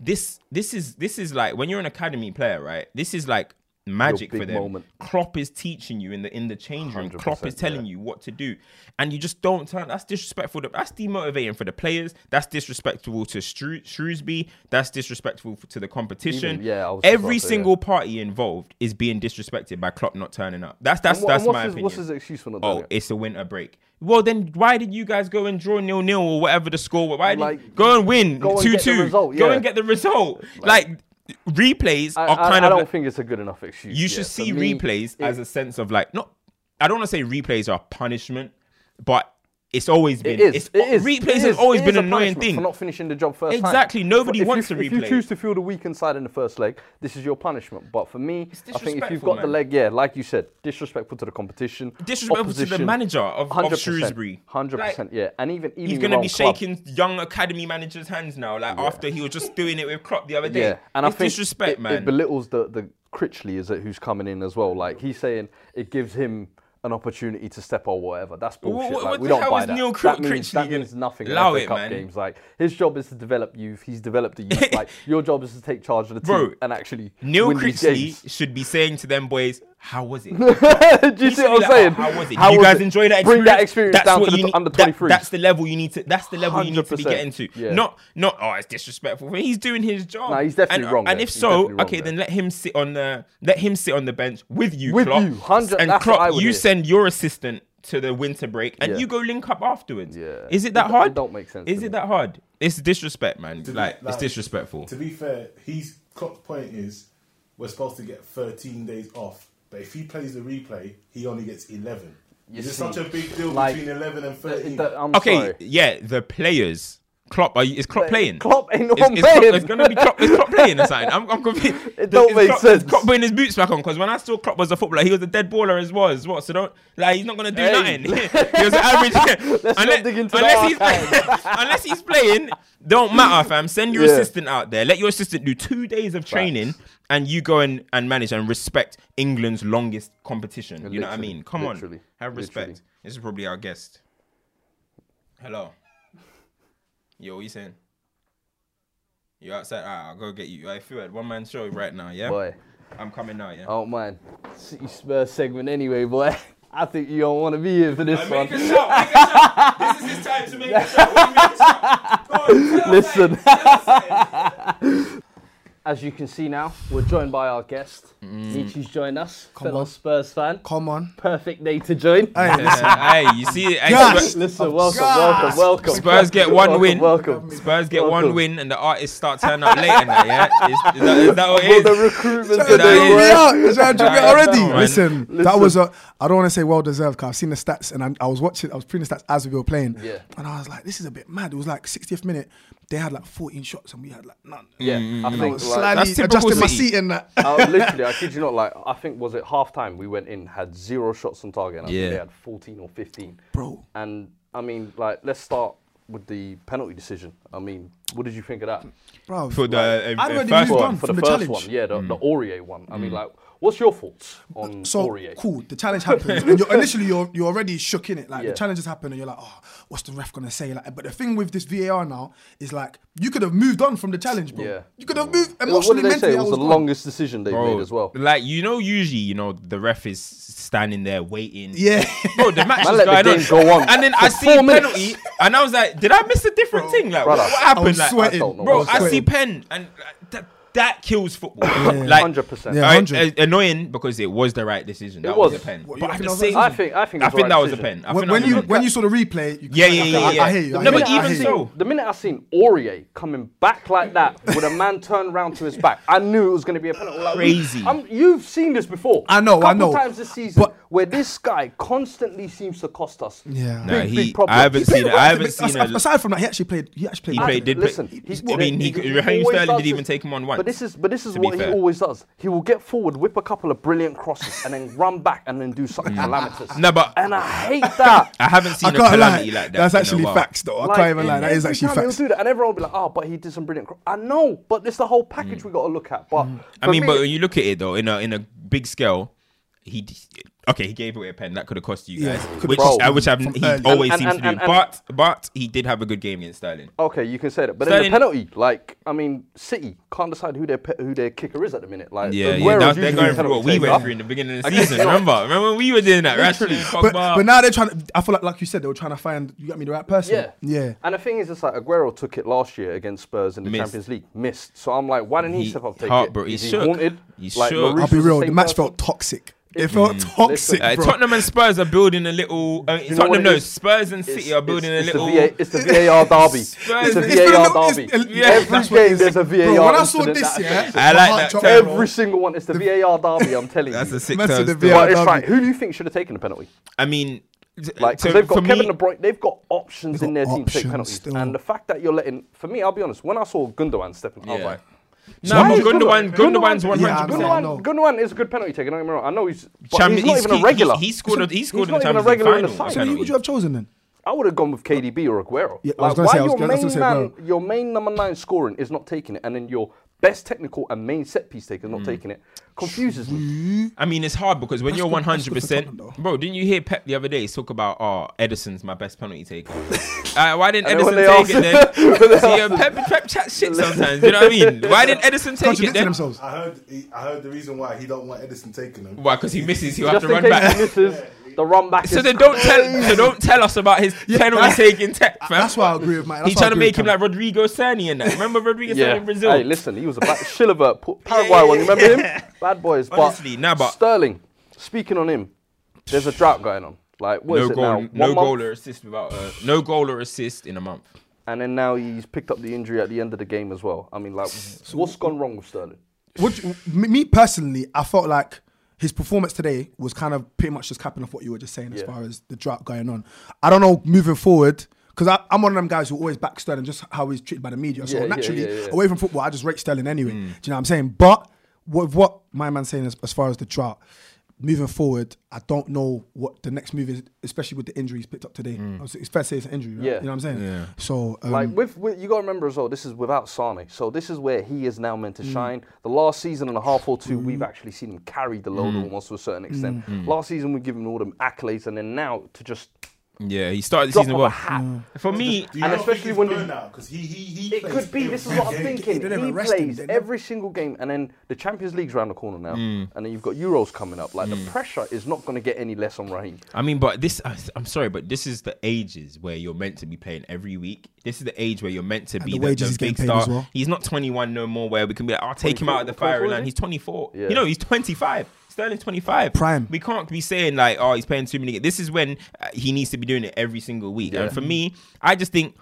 S1: this, this is this is like when you're an academy player, right? This is like magic
S2: big
S1: for them.
S2: moment.
S1: Klopp is teaching you in the in the change room.
S2: 100%,
S1: Klopp is telling
S2: yeah.
S1: you what to do, and you just don't turn. That's disrespectful. to- That's demotivating for the players. That's disrespectful to Shrew- Shrewsby. That's disrespectful to the competition.
S2: Even- yeah, I was just
S1: every
S2: about to, yeah.
S1: single party involved is being disrespected by Klopp not turning up. That's that's
S2: What-
S1: that's
S2: what's
S1: my
S2: his,
S1: opinion.
S2: What's his excuse for not doing
S1: Oh,
S2: it?
S1: it's a winter break. Well, then why did you guys go and draw nil nil or whatever the score? was? Why did
S2: Like,
S1: go and win
S2: go and
S1: two
S2: get the
S1: two?
S2: result,
S1: Go
S2: yeah.
S1: and get the result. Like, replays
S2: I,
S1: are
S2: I-
S1: kind
S2: I
S1: of.
S2: don't
S1: like-
S2: think it's a good enough excuse.
S1: you
S2: yeah.
S1: should
S2: For
S1: see
S2: me,
S1: replays as a sense of like not. I don't want to say replays are punishment, but it's always been.
S2: It is.
S1: It's,
S2: it is.
S1: Replays
S2: it
S1: has
S2: is,
S1: always
S2: it
S1: been
S2: is a
S1: an annoying
S2: punishment
S1: thing.
S2: For not finishing the job first. time.
S1: Exactly, nobody
S2: But if
S1: wants
S2: you,
S1: a
S2: If
S1: replay.
S2: you choose to feel the weakened side in the first leg, this is your punishment. But for me, I think if you've
S1: disrespectful,
S2: got the
S1: man.
S2: leg, yeah, like you said, disrespectful to the competition,
S1: Disrespectful to the
S2: opposition,
S1: manager of- of
S2: 100%,
S1: Shrewsbury.
S2: Hundred percent, yeah, and even even
S1: He's
S2: your
S1: gonna
S2: own
S1: be
S2: club.
S1: shaking young academy managers' hands now, like after he was just doing it with Klopp the other day.
S2: Yeah, and
S1: it's
S2: I think
S1: disrespect,
S2: it,
S1: man. Mm.
S2: it belittles the the Critchley is it who's coming in as well. Like he's saying, it gives him an opportunity to step or whatever. That's bullshit.
S1: what-
S2: like,
S1: what
S2: we
S1: the
S2: don't
S1: hell
S2: buy
S1: is
S2: that.
S1: Neil
S2: that means,
S1: Critchley
S2: that
S1: gonna-
S2: means nothing. in
S1: Allow
S2: FA
S1: it,
S2: Cup
S1: man.
S2: games. Like his job is to develop youth. He's developed the
S1: <laughs>
S2: youth. like your job is to take charge of the
S1: Bro,
S2: team and actually
S1: Neil
S2: win these
S1: Critchley
S2: games.
S1: should be saying to them boys, "How was it?
S2: <laughs> Do you
S1: He
S2: see
S1: should
S2: what
S1: be
S2: I'm
S1: like,
S2: saying?
S1: "Oh, How was it? Did you
S2: was
S1: guys
S2: it?
S1: enjoy that experience?
S2: Bring that experience
S1: That's
S2: down
S1: what
S2: to the
S1: you
S2: t-
S1: need-
S2: under
S1: that-
S2: 23s.
S1: that's the level you need to. That's the level you need to be
S2: 100%,
S1: getting to.
S2: yeah.
S1: Not, not. Oh, it's disrespectful. He's doing his job.
S2: Nah, he's definitely
S1: and,
S2: wrong
S1: And
S2: there.
S1: if
S2: He's
S1: so,
S2: definitely wrong
S1: okay,
S2: there.
S1: then let him sit on the. Let him sit on the bench with you,
S2: With
S1: Klopp.
S2: you, 100
S1: And
S2: that's
S1: Klopp,
S2: what I would
S1: you
S2: do.
S1: send your assistant to the winter break, and
S2: Yeah.
S1: you go link up afterwards.
S2: Yeah.
S1: Is it
S2: It
S1: that
S2: don't-
S1: hard?
S2: it don't make sense
S1: Is
S2: to
S1: it
S2: me.
S1: that hard? It's disrespect, man.
S3: be-
S1: Like, it's
S3: like-
S1: disrespectful.
S3: To be fair, he's Klopp's point is we're supposed to get 13 days off, but if he plays the replay, he only gets 11. is it
S2: see,
S3: such a big deal
S2: like,
S3: between 11 and
S2: It-
S3: 13?
S2: it- that- I'm
S1: Okay,
S2: sorry.
S1: yeah, the players. Klopp, are you, is Klopp playing?
S2: Klopp ain't no
S1: Is-
S2: one
S1: is Klopp-
S2: playing.
S1: It's gonna be Klopp. Is Klopp playing or something? I'm, I'm confused.
S2: <laughs> It don't
S1: Is
S2: make
S1: Klopp,
S2: sense.
S1: Is Klopp putting his boots back on because when I saw Klopp was a footballer, he was a dead baller as well. As well. So don't like he's not gonna do
S2: Hey.
S1: nothing. <laughs> he
S2: <laughs>
S1: was an average.
S2: not
S1: unless,
S2: dig into
S1: unless
S2: the
S1: he's playing, <laughs> unless he's playing, don't matter, fam. Send your
S2: Yeah.
S1: assistant out there. Let your assistant do two days of training, and you go and, and manage and respect England's longest competition. you know what I
S2: Literally,
S1: mean? Come on,
S2: literally,
S1: have respect.
S2: literally.
S1: This is probably our guest. Hello. Yo, what you saying? You outside? Alright, I'll go get you. I feel it. One man show right now, yeah?
S2: Boy,
S1: I'm coming now, yeah?
S2: oh man, City Spurs segment anyway, boy. <laughs> I think you don't want to be here for this
S1: Hey,
S2: one.
S1: make a shot, make a shot. This is his time to make a shot. What do you mean, shot? Go on, tell us
S2: Listen.
S1: something, tell us something.
S2: As you can see now, we're joined by our guest. Michi's joined us, fellow
S4: on.
S2: Spurs fan.
S4: Come on.
S2: Perfect day to join.
S4: Hey, listen,
S1: Yeah, <laughs> Hey, you see, hey,
S4: Yes.
S1: Spurs-
S2: Listen, welcome, welcome, welcome.
S1: Spurs get one
S2: welcome,
S1: win.
S2: Welcome.
S1: Spurs get one
S2: Welcome.
S1: win and the artists start turning up late and that, yeah? Is, is that, is that what
S2: Well,
S1: it
S2: the
S1: is?
S2: recruitment
S1: Shout
S4: You're
S1: out.
S2: today
S4: trying
S1: Yeah.
S4: me
S2: was
S4: out. You're trying to drag me
S1: Yeah,
S4: out
S1: I know,
S4: already.
S1: man.
S4: Listen, that was a. I don't want to say well deserved because I've seen the stats and I, I was watching. I was putting the stats as we were playing.
S2: Yeah.
S4: And I was like, this is a bit mad. It was like 60th minute. They had like 14 shots and we had like none.
S2: Yeah, I
S4: And I
S2: think
S4: was
S2: like,
S1: That's
S4: slightly
S1: typical
S4: adjusting my
S1: City.
S4: seat and that.
S2: uh, literally, I kid you not, like I think was it half time we went in had zero shots on target. And I
S1: Yeah.
S2: think they had 14 or 15.
S4: Bro.
S2: And I mean, like, let's start with the penalty decision. I mean, what did you think of that?
S4: Bro,
S1: For the uh,
S4: I'd
S1: uh,
S4: already
S1: first
S4: moved
S1: one.
S4: on.
S2: for
S4: from
S2: the,
S4: the
S2: first
S4: challenge.
S2: one, yeah, the, the
S1: Hmm.
S2: Aurier one. I mean, like, what's your thoughts on
S4: So
S2: Mm, Aurier?
S4: cool. The challenge happens, and you're, initially you're you're already shook in it. Like
S2: Yeah.
S4: the challenge has happened, and you're like, oh, what's the ref gonna say? Like, but the thing with this VAR now is like you could have moved on from the challenge, bro.
S2: Yeah.
S4: You could have moved
S2: Well, What
S4: emotionally,
S2: did they say?
S4: mentally.
S2: It
S4: I
S2: was the
S4: gone.
S2: longest decision they've made as well.
S1: Oh, Like you know, usually you know the ref is standing there waiting. <laughs>
S4: Yeah.
S1: bro, the match
S2: Man,
S1: is
S2: let the
S1: going on.
S2: game go on
S1: And then I
S2: for
S1: see
S2: four minutes.
S1: penalty, and I was like, did I miss a different thing? Like,
S2: brother,
S1: what
S4: I
S1: happened?
S4: was
S1: Like,
S4: sweating,
S2: I don't know.
S1: bro,
S4: was
S1: I see
S4: sweating.
S1: pen, and uh, that, that kills football. like
S2: 100%.
S4: Yeah.
S1: I-
S4: 100.
S1: a- annoying because it was the right decision. That
S2: It
S1: was.
S2: was.
S1: a pen.
S4: What, you
S1: But
S4: reckon
S1: at the
S4: that was
S1: same-
S4: the- I
S2: think- I think it
S1: I
S2: was the
S1: think
S2: right
S1: that was a
S2: decision.
S1: pen. I
S4: When,
S1: think
S4: when
S1: that was
S4: you
S1: a pen.
S4: when you saw the replay, you could-
S1: Yeah, yeah,
S4: I-
S1: yeah,
S4: I,
S1: yeah.
S4: I hear you. I
S1: No,
S4: hear
S1: but
S4: you, I
S1: even
S4: hear you.
S1: so-
S2: The minute I seen Aurier coming back like that with a man turned round to his back, I knew it was going to be a penalty. Like,
S1: Crazy.
S2: I'm, you've seen this before.
S4: I know, I
S2: Couple
S4: know.
S2: times this season
S4: But-
S2: where this guy constantly seems to cost us.
S4: Yeah.
S1: Nah,
S2: big,
S1: he-
S2: big problem.
S1: I haven't
S4: He
S1: seen
S4: played
S1: it. I
S4: well.
S1: haven't
S4: As-
S1: seen
S4: as-
S1: a-
S4: Aside from that, he actually played. He actually played.
S1: He
S4: well.
S1: played. Did
S2: Listen,
S1: play,
S2: he's-
S1: I mean, he,
S2: he- he
S1: Raheem
S2: always
S1: Sterling
S2: does
S1: didn't even
S2: this.
S1: take him on once.
S2: But this is but this is
S1: to be
S2: what he
S1: fair.
S2: always does. He will get forward, whip a couple of brilliant crosses, and then run back and then do something
S4: Mm.
S2: calamitous.
S1: No, but-
S2: and I hate that.
S1: <laughs> I haven't
S4: I
S1: seen a
S4: can't
S1: calamity
S4: lie.
S1: like that.
S4: That's
S1: in a
S4: actually
S1: while.
S4: facts, though. I
S2: Like,
S4: can't even lie. That is
S2: every
S4: actually
S2: time
S4: facts.
S2: He'll do that, and everyone will be like, "Oh, but he did some brilliant." Cro-. I know, but it's the whole package we got to look at. But
S1: Mm. I
S2: for
S1: mean,
S2: me,
S1: but when you look at it though, in a in a big scale, he d- okay, he gave away a pen that could have cost you
S4: Yeah,
S1: guys,
S4: could've
S1: which
S2: cost
S1: uh,
S2: you
S1: which I've,
S4: from
S1: he
S4: early.
S1: always
S2: And-
S1: seems to
S2: and-
S1: do.
S2: and- and-
S1: but but he did have a good game against Sterling.
S2: okay, you can say that. But then
S1: Sterling-
S2: the penalty, like, I mean, City can't decide who their pe- who their kicker is at the minute. Like,
S1: Yeah, yeah,
S2: Aguero's
S1: that's,
S2: usually
S1: they're going
S2: the
S1: through what
S2: penalty
S1: we
S2: taker.
S1: went through in the beginning of the
S2: guess
S1: season.
S2: not.
S1: Remember, remember when we were doing that, Rashford,
S4: But,
S1: Pogba.
S4: but now they're trying to. I feel like, like you said, they were trying to find. You got me the right person.
S2: Yeah.
S4: Yeah.
S2: And the thing is, it's like Aguero took it last year against Spurs in the
S1: Missed.
S2: Champions League, missed. So I'm like, why didn't he,
S1: He-
S2: step up? and Take
S1: heartbro-
S2: it?
S1: he
S2: Is
S1: shook.
S2: he wanted?
S1: He
S2: like,
S1: shook.
S2: Lloris
S4: I'll be
S2: was the
S4: real. The
S2: same
S4: match
S2: person.
S4: felt toxic. It felt toxic,
S1: Uh,
S4: bro.
S1: Tottenham and Spurs are building a little. Uh,
S2: know what
S1: Tottenham,
S2: it
S1: no,
S2: is?
S1: Spurs and City
S2: It's-
S1: are building
S2: it's,
S1: a little.
S2: It's the, VA,
S4: <laughs>
S2: it's the VAR derby.
S1: Spurs-
S2: It's the
S1: it's
S4: the
S2: VAR
S4: little- it's-
S2: derby.
S4: it- yeah,
S2: Every
S4: that's what it
S2: game
S4: is.
S2: there's a VAR.
S4: Bro, when I saw
S2: incident
S4: this,
S2: that
S4: yeah,
S1: <laughs>
S2: affects it.
S1: I
S4: my
S1: like
S4: heart
S1: that
S4: jumped,
S1: term.
S4: bro.
S2: every single one. It's the VAR
S1: <laughs>
S2: derby. I'm telling
S1: That's
S2: you.
S1: a sick
S4: Messed
S1: term
S4: the
S1: still.
S4: VAR.
S2: But it's
S4: derby.
S2: like, who do you think should have taken the penalty?
S1: I mean, t-
S2: Like,
S1: to-
S2: because they've
S1: for
S2: got
S1: me-
S2: Kevin De Bruyne, they've got options
S4: They've
S2: in
S4: got
S2: their team to take
S4: options
S2: penalties,
S4: still.
S2: and the fact that you're letting, for me, I'll be honest. When I saw Gundogan stepping, I was
S1: Yeah.
S2: like,
S1: No,
S2: Why
S1: but
S2: is
S1: Gundogan, Gundogan's one
S4: Yeah, I
S1: hundred
S4: know, I know.
S1: percent.
S2: Gundogan, Gundogan is a good penalty taker. Don't get me wrong. I know he's, but
S1: Champions-
S2: he's not
S1: he's-
S2: even a
S1: he-
S2: regular.
S1: he scored a- he scored in
S2: not
S1: the
S2: even a
S1: Champions League
S2: regular in the
S1: final.
S2: side.
S4: So who would you have chosen then?
S2: I would have gone with KDB or Aguero.
S4: Yeah, I
S2: like,
S4: was gonna
S2: why
S4: say- I was
S2: your
S4: gonna- I was
S2: main
S4: gonna say
S2: man, your main number nine scoring is not taking it, and then your best technical and main set piece taker
S1: Hmm.
S2: is not taking it confuses me.
S1: I mean, it's hard because when you're
S4: good-
S1: one
S4: that's
S1: hundred
S4: good for
S1: percent,
S4: Tottenham, though.
S1: bro. Didn't you hear Pep the other day talk about, oh, Edison's my best penalty taker? <laughs> uh, why didn't
S2: And then
S1: Edison take
S2: when they asked-
S4: <laughs>
S2: when they
S1: it then? See, uh,
S2: asked-
S1: Pep, Pep chat shit sometimes. You know what I mean? Why didn't Edison take it
S4: Contradicting
S1: then?
S4: themselves.
S3: I heard, he, I heard the reason why he don't want Edison taking him.
S1: Why? Because he misses, he'll have
S2: Just
S1: to run
S2: in case
S1: back.
S2: he misses, the run
S1: <laughs>
S2: back.
S1: So
S2: is
S1: then don't tell so don't tell us about his penalty
S4: that-
S1: taking tech, fam.
S4: That's why I agree with Mike.
S1: He tried to make him like Rodrigo Sani and that. Remember Rodrigo Sani
S2: Yeah.
S1: in Brazil?
S2: Hey, listen, he was
S1: <laughs>
S2: a bad Shilliver, P- Paraguay one. You remember him? Bad boys. But
S1: Honestly, nah, but-
S2: Sterling. Speaking on him, there's a drought going on. Like what is
S1: no
S2: it
S1: goal,
S2: now?
S1: no
S2: One
S1: goal
S2: month?
S1: or assist without uh, no goal or assist in a month.
S2: And then now he's picked up the injury at the end of the game as well. I mean, like, what's gone wrong with Sterling?
S4: Would you- me me personally, I felt like his performance today was kind of pretty much just capping off what you were just saying as
S2: Yeah.
S4: far as the drought going on. I don't know moving forward because I'm one of them guys who always back Sterling just how he's treated by the media. So
S2: Yeah, yeah,
S4: naturally,
S2: yeah, Mm. yeah.
S4: away from football, I just rate Sterling anyway. Do you know what I'm saying? But with what my man's saying as, as far as the drought. Moving forward, I don't know what the next move is, especially with the injuries picked up today. Obviously, It's fair to say it's an injury, right?
S2: Mm. Yeah.
S4: You know what I'm saying? So, um,
S2: Like with, with you got to remember as well, this is without Sane, so this is where he is now meant to
S1: Mm.
S2: shine. The last season and a half or two, we've actually seen him carry the load
S1: Mm.
S2: almost to a certain extent. Last season, we give him all them accolades, and then now to just
S1: Yeah, he started the
S2: drop
S1: season
S2: off a
S1: well.
S2: hat.
S1: For me,
S3: Do you
S2: And
S3: not
S2: especially
S3: think
S2: when
S3: he's
S2: the-
S3: burnout? Because he, he, he
S2: It
S3: plays
S2: could be. This is
S3: every
S2: what I'm
S3: game.
S2: thinking.
S4: didn't Mm.
S2: He
S4: even rest him,
S2: plays
S4: did he?
S2: every single game, and then the Champions League's around the corner now, and then you've got Euros coming up. Like
S4: Mm.
S2: the pressure is not going to get any less on Raheem.
S1: I mean, but this, I- I'm sorry, but this is the ages where you're meant to be playing every week. This is the age where you're meant to be
S4: the
S1: the,
S4: wages
S1: the
S4: he's getting
S1: big
S4: paid
S1: star.
S4: as well.
S1: He's not 21 no more, where we can be like, I'll take him
S2: 24,
S1: out of the
S2: 24,
S1: firing
S2: is
S1: line.
S2: he?
S1: He's 24.
S2: Yeah.
S1: You know, he's 25. Sterling's 25.
S4: Prime.
S1: We can't be saying, like, oh, he's playing too many. This is when uh, he needs to be doing it every single week. And for me, I just think.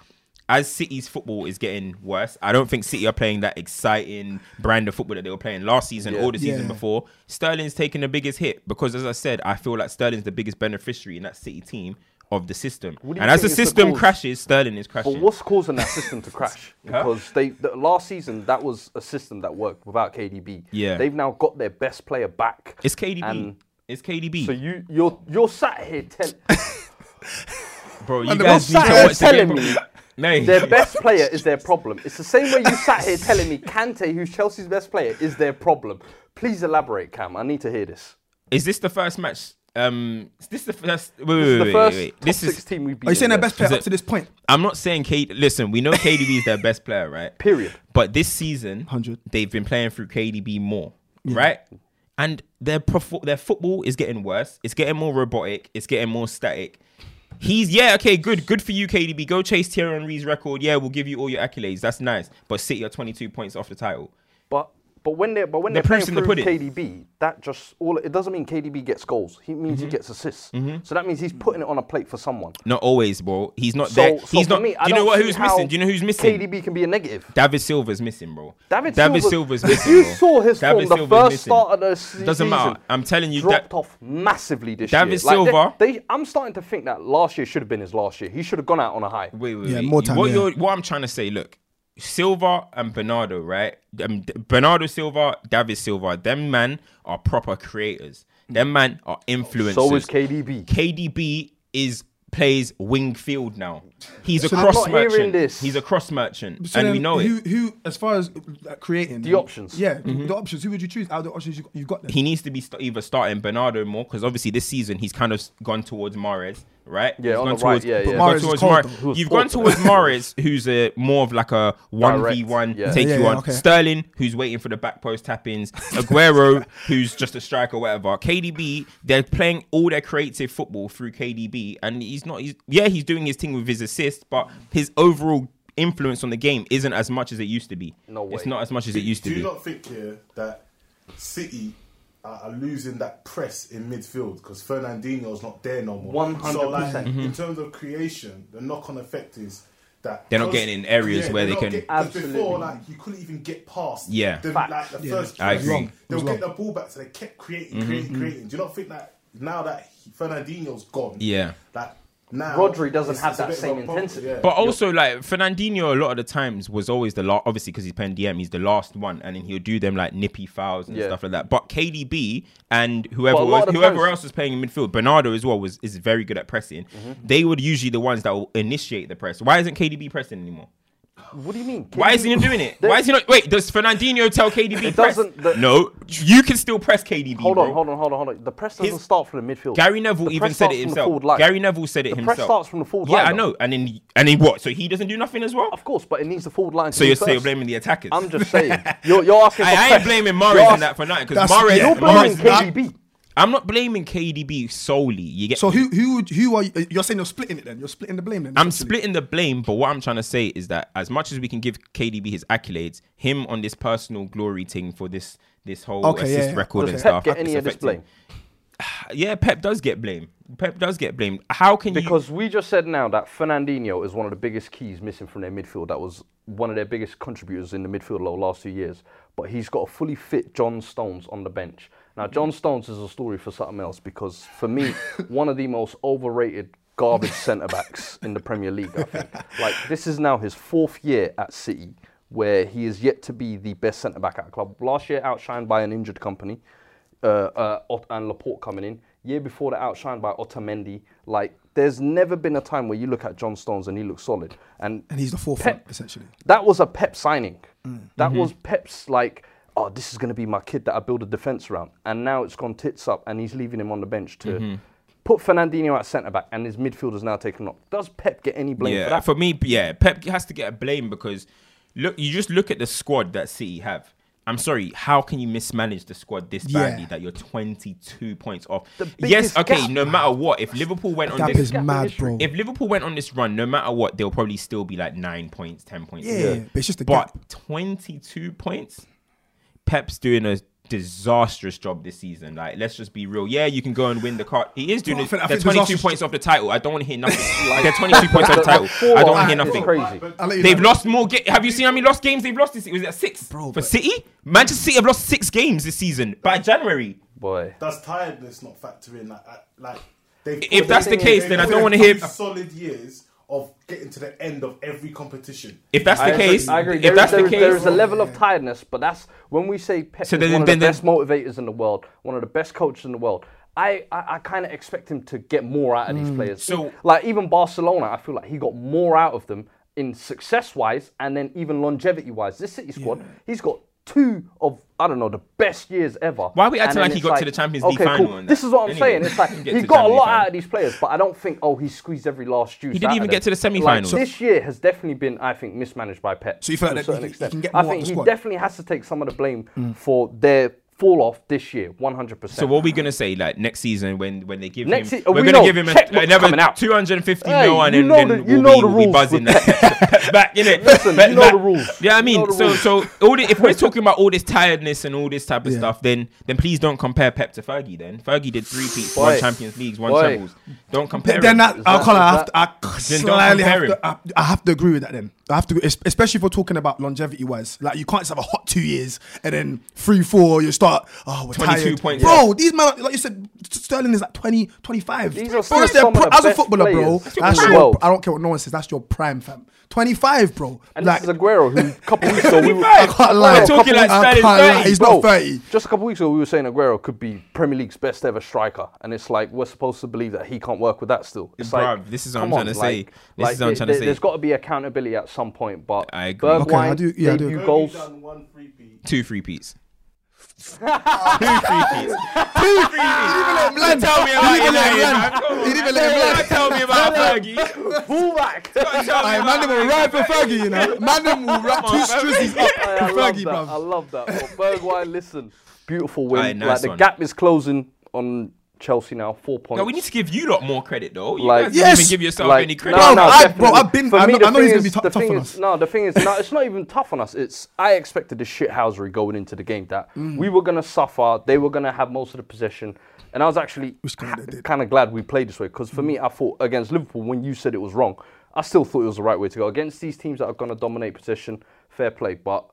S1: As City's football is getting worse, I don't think City are playing that exciting brand of football that they were playing last season
S2: Yeah.
S1: or the season
S4: Yeah.
S1: before before, Sterling's taking the biggest hit because, as I said, I feel like Sterling's the biggest beneficiary in that City team of the system.
S2: What do you
S1: And as the
S2: think is the
S1: system
S2: cause?
S1: crashes, Sterling is
S2: But
S1: crashing.
S2: what's causing that system to
S4: <laughs>
S2: crash? Because they the, last season that was a system that worked without KDB.
S1: Yeah.
S2: They've now got their best player back.
S1: It's KDB.
S2: And
S1: it's KDB,
S2: so you you're you're sat here telling
S4: <laughs>
S1: bro. You
S4: And the
S1: guys need
S4: website
S1: to
S4: is
S1: watch the game.
S2: telling me
S1: <laughs> Mate.
S2: their best player is their problem. It's the same way you sat here telling me Kante, who's Chelsea's best player, is their problem. Please elaborate, Cam. I need to hear this.
S1: Is this the first match? Um, is this the first? Wait,
S2: This is
S1: wait,
S2: the
S1: wait,
S2: first
S1: wait, wait.
S2: top
S1: This
S2: six
S1: is. Oh,
S2: team we beat.
S4: are you saying
S2: in
S4: their
S2: there.
S4: best player
S1: Is
S4: up
S1: it-
S4: to this point?
S1: I'm not saying K. Listen, we know KDB is their best player, right?
S2: Period.
S1: But this season,
S4: 100.
S1: they've been playing through KDB more, right? And their perfo- their football is getting worse. It's getting more robotic. It's getting more static. He's yeah, okay, good, good for you, KDB. Go chase Thierry Henry's record. Yeah, we'll give you all your accolades. That's nice. But City are 22 points off the title.
S2: But But when they're but when
S1: The
S2: they're playing
S1: proof's in the
S2: through
S1: pudding.
S2: KDB, that just all it doesn't mean KDB gets goals. He means
S1: Mm-hmm.
S2: he gets assists. So that means he's putting it on a plate for someone.
S1: Not always, bro. He's not
S2: So,
S1: there.
S2: so
S1: He's
S2: for
S1: not.
S2: me, I
S1: do you know
S2: don't
S1: what?
S2: see
S1: Who's
S2: how
S1: missing? Do you know who's missing?
S2: KDB can be a negative.
S1: David Silva's missing, bro.
S2: David,
S1: Silva's missing.
S2: <laughs> You
S1: bro.
S2: saw his
S1: David
S2: form the
S1: Silva's
S2: first
S1: missing.
S2: start of the se- season.
S1: Doesn't matter. I'm telling you,
S2: dropped
S1: that-
S2: off massively this
S1: David
S2: year. Like, they-
S1: Silva-
S2: they- I'm starting to think that last year should have been his last year. He should have gone out on a high.
S1: Wait, wait,
S4: Yeah,
S1: wait.
S4: more time,
S1: What,
S4: yeah.
S1: you're, what I'm trying to say, look, Silva and Bernardo, right? Um, D- Bernardo Silva, David Silva, them man are proper creators. Them man are influencers.
S2: So is KDB.
S1: KDB is plays wing field now. He's a
S4: So- I'm
S1: cross
S2: not hearing
S1: merchant.
S2: this.
S1: He's a cross merchant,
S4: So
S1: and
S4: then
S1: we know
S4: who,
S1: it.
S4: Who, as far as uh, creating the
S2: options.
S4: Yeah, the options. Who would you choose out of the options you, you've got? Then?
S1: Mm-hmm. He needs to be st- either starting Bernardo more because obviously this season he's kind of s- gone towards Mares, right?
S2: Yeah,
S1: He's gone
S2: on the right,
S1: towards-
S2: yeah, yeah. But
S1: gone
S4: Mahrez is
S1: towards
S4: cold,
S1: Mahrez.
S4: though. He
S2: was
S1: You've gone
S2: cold.
S1: towards Mares, who's a more of like a one v one
S2: Direct, yeah.
S1: take
S4: Yeah,
S1: you
S4: yeah,
S1: on.
S4: okay.
S1: Sterling, who's waiting for the back post tap ins.
S2: <laughs>
S1: Aguero, who's just a striker, whatever. KDB, they're playing all their creative football through KDB, and he's not. He's, yeah, he's doing his thing with his assist, but his overall influence on the game isn't as much as it used to be.
S2: No
S1: it's
S2: way.
S1: not as much as it used to
S3: Do
S1: be.
S3: you not think here that City are, are losing that press in midfield because Fernandinho's not there no more?
S2: 100%.
S3: So, like,
S1: Mm-hmm.
S3: in terms of creation, the knock-on effect is that
S1: They're not
S3: 'cause-
S1: getting in areas where
S3: they're
S1: they
S3: not
S1: can-
S3: get- 'cause
S2: Absolutely.
S3: Before, like, you couldn't even get past.
S1: Yeah.
S3: the,
S2: Fact.
S3: like the
S4: Yeah.
S3: first.
S1: I
S3: press.
S1: agree. Mm-hmm. It
S3: They'll
S4: was
S3: get the
S4: wrong.
S3: ball back, so they kept creating, creating, creating. Do you not think that now that he- Fernandinho's gone?
S1: Yeah.
S3: Like now,
S2: Rodri doesn't
S3: it's-
S2: have
S3: it's a
S2: that
S3: bit of
S2: same
S3: a bump,
S2: intensity.
S3: yeah.
S1: But also, like Fernandinho, a lot of the times was always the last. Obviously, because he's playing DM, he's the last one, and then he'll do them like nippy fouls and
S2: Yeah.
S1: stuff like that. But KDB and whoever
S2: But a lot
S1: was,
S2: of the
S1: whoever
S2: times-
S1: else was playing in midfield, Bernardo as well was is very good at pressing.
S2: Mm-hmm.
S1: They were usually the ones that will initiate the press. Why isn't KDB pressing anymore?
S2: What do you mean?
S1: Why isn't he doing it? Why is he not? Wait, does Fernandinho tell KDB press?
S2: doesn't- the-
S1: no, you can still press KDB.
S2: Hold
S1: bro.
S2: on, hold on, hold on, hold on. The press doesn't
S1: E His-
S2: start from the midfield.
S1: Gary Neville
S2: The
S1: even
S2: press
S1: said
S2: starts
S1: it
S2: from the
S1: himself.
S2: forward line.
S1: Gary Neville said it
S2: The
S1: himself.
S2: press starts from the forward
S1: yeah,
S2: line,
S1: I
S2: though.
S1: know. And then and then what? So he doesn't do nothing as well.
S2: Of course, but it needs the forward line.
S1: So you're, so you're blaming the attackers. <laughs>
S2: I'm just saying. You're, you're asking.
S1: I,
S2: for
S1: I ain't
S2: press.
S1: blaming
S2: You're
S1: Morris in
S2: ask-
S1: that for nothing because
S4: That's-
S1: Morris,
S4: yeah,
S2: You're
S4: Morris-
S2: blaming
S1: Morris,
S4: that-
S2: KDB.
S1: I'm not blaming KDB solely. You get.
S4: So who who would- who are you? You're saying you're splitting it then? You're splitting the blame then?
S1: I'm
S4: essentially.
S1: splitting the blame, but what I'm trying to say is that as much as we can give KDB his accolades, him on this personal glory thing for this this whole
S4: Okay, yeah,
S1: assist
S4: yeah.
S1: record and
S2: Does
S1: stuff.
S2: Pep get
S1: it's
S2: any of this
S1: affecting-
S2: blame?
S1: Yeah, Pep does get blamed. Pep does get blamed. How can you?
S2: Because we just said now that Fernandinho is one of the biggest keys missing from their midfield. That was one of their biggest contributors in the midfield over the last two years. But he's got a fully fit John Stones on the bench. Now,
S1: Mm-hmm.
S2: John Stones is a story for something else because, for me, <laughs> one of the most overrated garbage centre backs in the Premier League, I
S1: <laughs>
S2: think. Like, this is now his fourth year at City where he is yet to be the best centre back at a club. Last year, outshined by an injured company uh, uh, Ot- and Laporte coming in. Year before that, outshined by Otamendi. Like, there's never been a time where you look at John Stones and he looks solid. And,
S4: And he's the forefront
S2: Pep-
S4: essentially.
S2: that was a Pep signing. That was Pep's like, oh, this is going to be my kid that I build a defence around. And now it's gone tits up and he's leaving him on the bench to put Fernandinho at centre back and his midfield is now taken up. Does Pep get any blame
S1: yeah,
S2: for that?
S1: for me, yeah, Pep has to get a blame because look, you just look at the squad that City have. I'm sorry, how can you mismanage the squad this
S4: Yeah.
S1: badly that you're 22 points off?
S2: The
S1: Yes,
S2: biggest
S1: okay,
S2: gap.
S1: no matter what, if Liverpool went on
S4: That
S1: this
S4: is
S2: gap in
S4: mad,
S2: history.
S4: bro.
S1: if Liverpool went on this run, no matter what, they'll probably still be like nine points, ten points.
S4: Yeah,
S1: clear.
S4: but it's just a
S1: but
S4: gap.
S1: twenty-two points. Pep's doing a disastrous job this season. Like, let's just be real. Yeah, you can go and win the card. He is doing.
S4: Bro, I
S1: it.
S4: think- I
S1: They're
S4: think
S1: twenty-two
S4: disastrous-
S1: points off the title. I don't want to hear nothing.
S4: <laughs>
S1: They're twenty-two points off the title. I don't want to hear
S4: That is
S1: nothing.
S2: crazy.
S4: I'll let you
S1: They've
S4: know.
S1: lost more. Ga- have you seen how many lost games they've lost this? Was that six
S4: Bro,
S1: for
S4: but-
S1: City? Manchester City have lost six games this season by January.
S2: Boy.
S3: Does tiredness not factor in? Like, I- like they.
S1: If that's the case, then I don't want to hear.
S3: solid years of getting to the end of every competition.
S1: If that's the
S2: I agree,
S1: case,
S2: I agree.
S1: if
S2: There
S1: that's
S2: is- there
S1: the
S2: is- there is
S1: case,
S2: a level of tiredness, but that's when we say Pep
S1: So
S2: is
S1: then-
S2: one of
S1: then-
S2: the
S1: then-
S2: best motivators in the world, one of the best coaches in the world. I, I, I kind of expect him to get more out of these players.
S1: Hmm.
S2: E,
S1: So-
S2: like even Barcelona, I feel like he got more out of them in success wise, and then even longevity wise. This City squad, he's got two of I don't know the best years ever.
S1: Why are we acting
S2: And then
S1: like he
S2: it's
S1: got to the Champions League
S2: okay,
S1: final
S2: Cool.
S1: and
S2: This
S1: that?
S2: is what I'm
S1: Anyway,
S2: saying. It's like
S1: he didn't
S2: he
S1: get to
S2: got a
S1: Champions
S2: lot
S1: League
S2: out of these players, but I don't think oh he squeezed every last juice.
S1: He didn't
S2: out
S1: even
S2: of
S1: get
S2: them.
S1: to the
S2: Like,
S1: semifinals.
S2: this year has definitely been, I think, mismanaged by Pep.
S4: So you feel
S2: to
S4: like
S2: a
S4: that
S2: certain
S4: he- he
S2: extent.
S4: can get
S2: I
S4: more out
S2: think
S4: of the Hmm.
S2: he
S4: squad?
S2: definitely has to take some of the blame for their fall off this year, 100%.
S1: So what are we gonna say? Like next season, when when they give
S2: Next
S1: him,
S2: se-
S1: we're
S2: we
S1: gonna
S2: know,
S1: give him a,
S2: checkbook's
S1: another
S2: coming out.
S1: two hundred and fifty
S2: Hey,
S1: mil, and
S2: you
S1: then,
S2: know
S1: then
S2: the- you
S1: we'll
S2: know
S1: be,
S2: the
S1: we'll be
S2: rules
S1: buzzing
S2: with
S1: <laughs> back in it.
S2: Listen, you know the rules.
S1: Yeah, I
S2: You
S1: mean,
S2: know the
S1: so
S2: rules.
S1: so all the, if we're talking about all this tiredness and all this type of stuff, then then please don't compare Pep to Fergie. Then Fergie did three peats, one
S2: Boy.
S1: Champions Leagues, one
S2: Boy.
S1: trebles. Don't compare.
S4: Then
S1: him.
S4: that,
S2: that-
S4: I'll call it. I
S2: is
S4: have to, I
S1: Then don't
S4: slightly have
S1: compare
S4: to, I, I have to agree with that. Then I have to, es- especially if we're talking about longevity wise. Like you can't just have a hot two years and then three, four. You start. Oh, we're
S1: 22
S4: tired.
S1: points,
S4: bro. These man, like you said, Sterling is like 20, 25.
S2: These are
S4: bro,
S2: still
S4: that's their
S2: some of
S4: pri-
S2: the
S4: as a
S2: best
S4: footballer, bro.
S2: players in
S4: That's
S2: the
S4: your.
S2: world.
S4: I don't care what no one says. That's your prime, fam. Twenty five, bro.
S2: And this
S4: <laughs>
S2: is Aguero, who a couple weeks ago we were,
S4: I can't lie.
S1: We're talking like
S4: I
S1: Sterling's
S4: can't lie,
S1: 30,
S4: He's
S2: Bro,
S4: not thirty.
S2: Just a couple weeks ago, we were saying Aguero could be Premier League's best ever striker, and it's like we're supposed to believe that he can't work with that still. It's like,
S1: Bruv, this is what I'm
S2: come on,
S1: trying to say.
S2: like,
S1: This
S2: like,
S1: is what I'm
S2: there-
S1: trying to
S2: there-
S1: say.
S2: There's got to be accountability at some point, but
S1: I agree. Okay, I
S2: Bergwijn,
S4: do- yeah, I do.
S2: debut
S4: Bergwijn <laughs>
S2: goals.
S3: done one free beat.
S1: two free peats. two free peats. Two free peats.
S4: Let him land.
S1: Tell me about
S4: He didn't let him
S1: United,
S4: land.
S1: man. Come on.
S4: He didn't let him
S1: Don't
S4: land.
S1: Tell me about Fergie.
S2: Fullback.
S1: Don't
S4: <laughs>
S1: tell me
S4: Aye,
S1: about
S4: man, them will ride for Fergie, you know. Man, them will ride two strizzies up
S2: Aye, I
S4: for
S2: love
S4: Fergie,
S2: that. I
S4: bruv.
S2: love that. But Bergwijn, listen, beautiful win.
S1: Aye, nice
S2: like the
S1: one.
S2: gap is closing on Chelsea now, four points.
S1: No, we need to give you lot more credit though. You
S2: Like-
S1: guys didn't even
S4: Yes!
S1: give yourself
S2: Like,
S1: any credit.
S4: no,
S1: Bro,
S4: no. I-
S2: definitely.
S4: bro, I've been-
S2: For
S4: I
S2: me,
S4: know-
S2: the
S4: I know he's
S2: thing
S4: gonna be
S2: is-
S4: tou-
S2: the
S4: tough
S2: thing
S4: on
S2: is-
S4: us.
S2: No, the thing is, no, it's not even tough on us. It's I expected the shithousery going into the game that
S4: Mm.
S2: we were gonna suffer. They were gonna have most of the possession, and I was actually
S4: kinda Mm. did.
S2: kind of glad we played this way because for me, I thought against Liverpool when you said it was wrong, I still thought it was the right way to go against these teams that are gonna dominate possession. Fair play, but.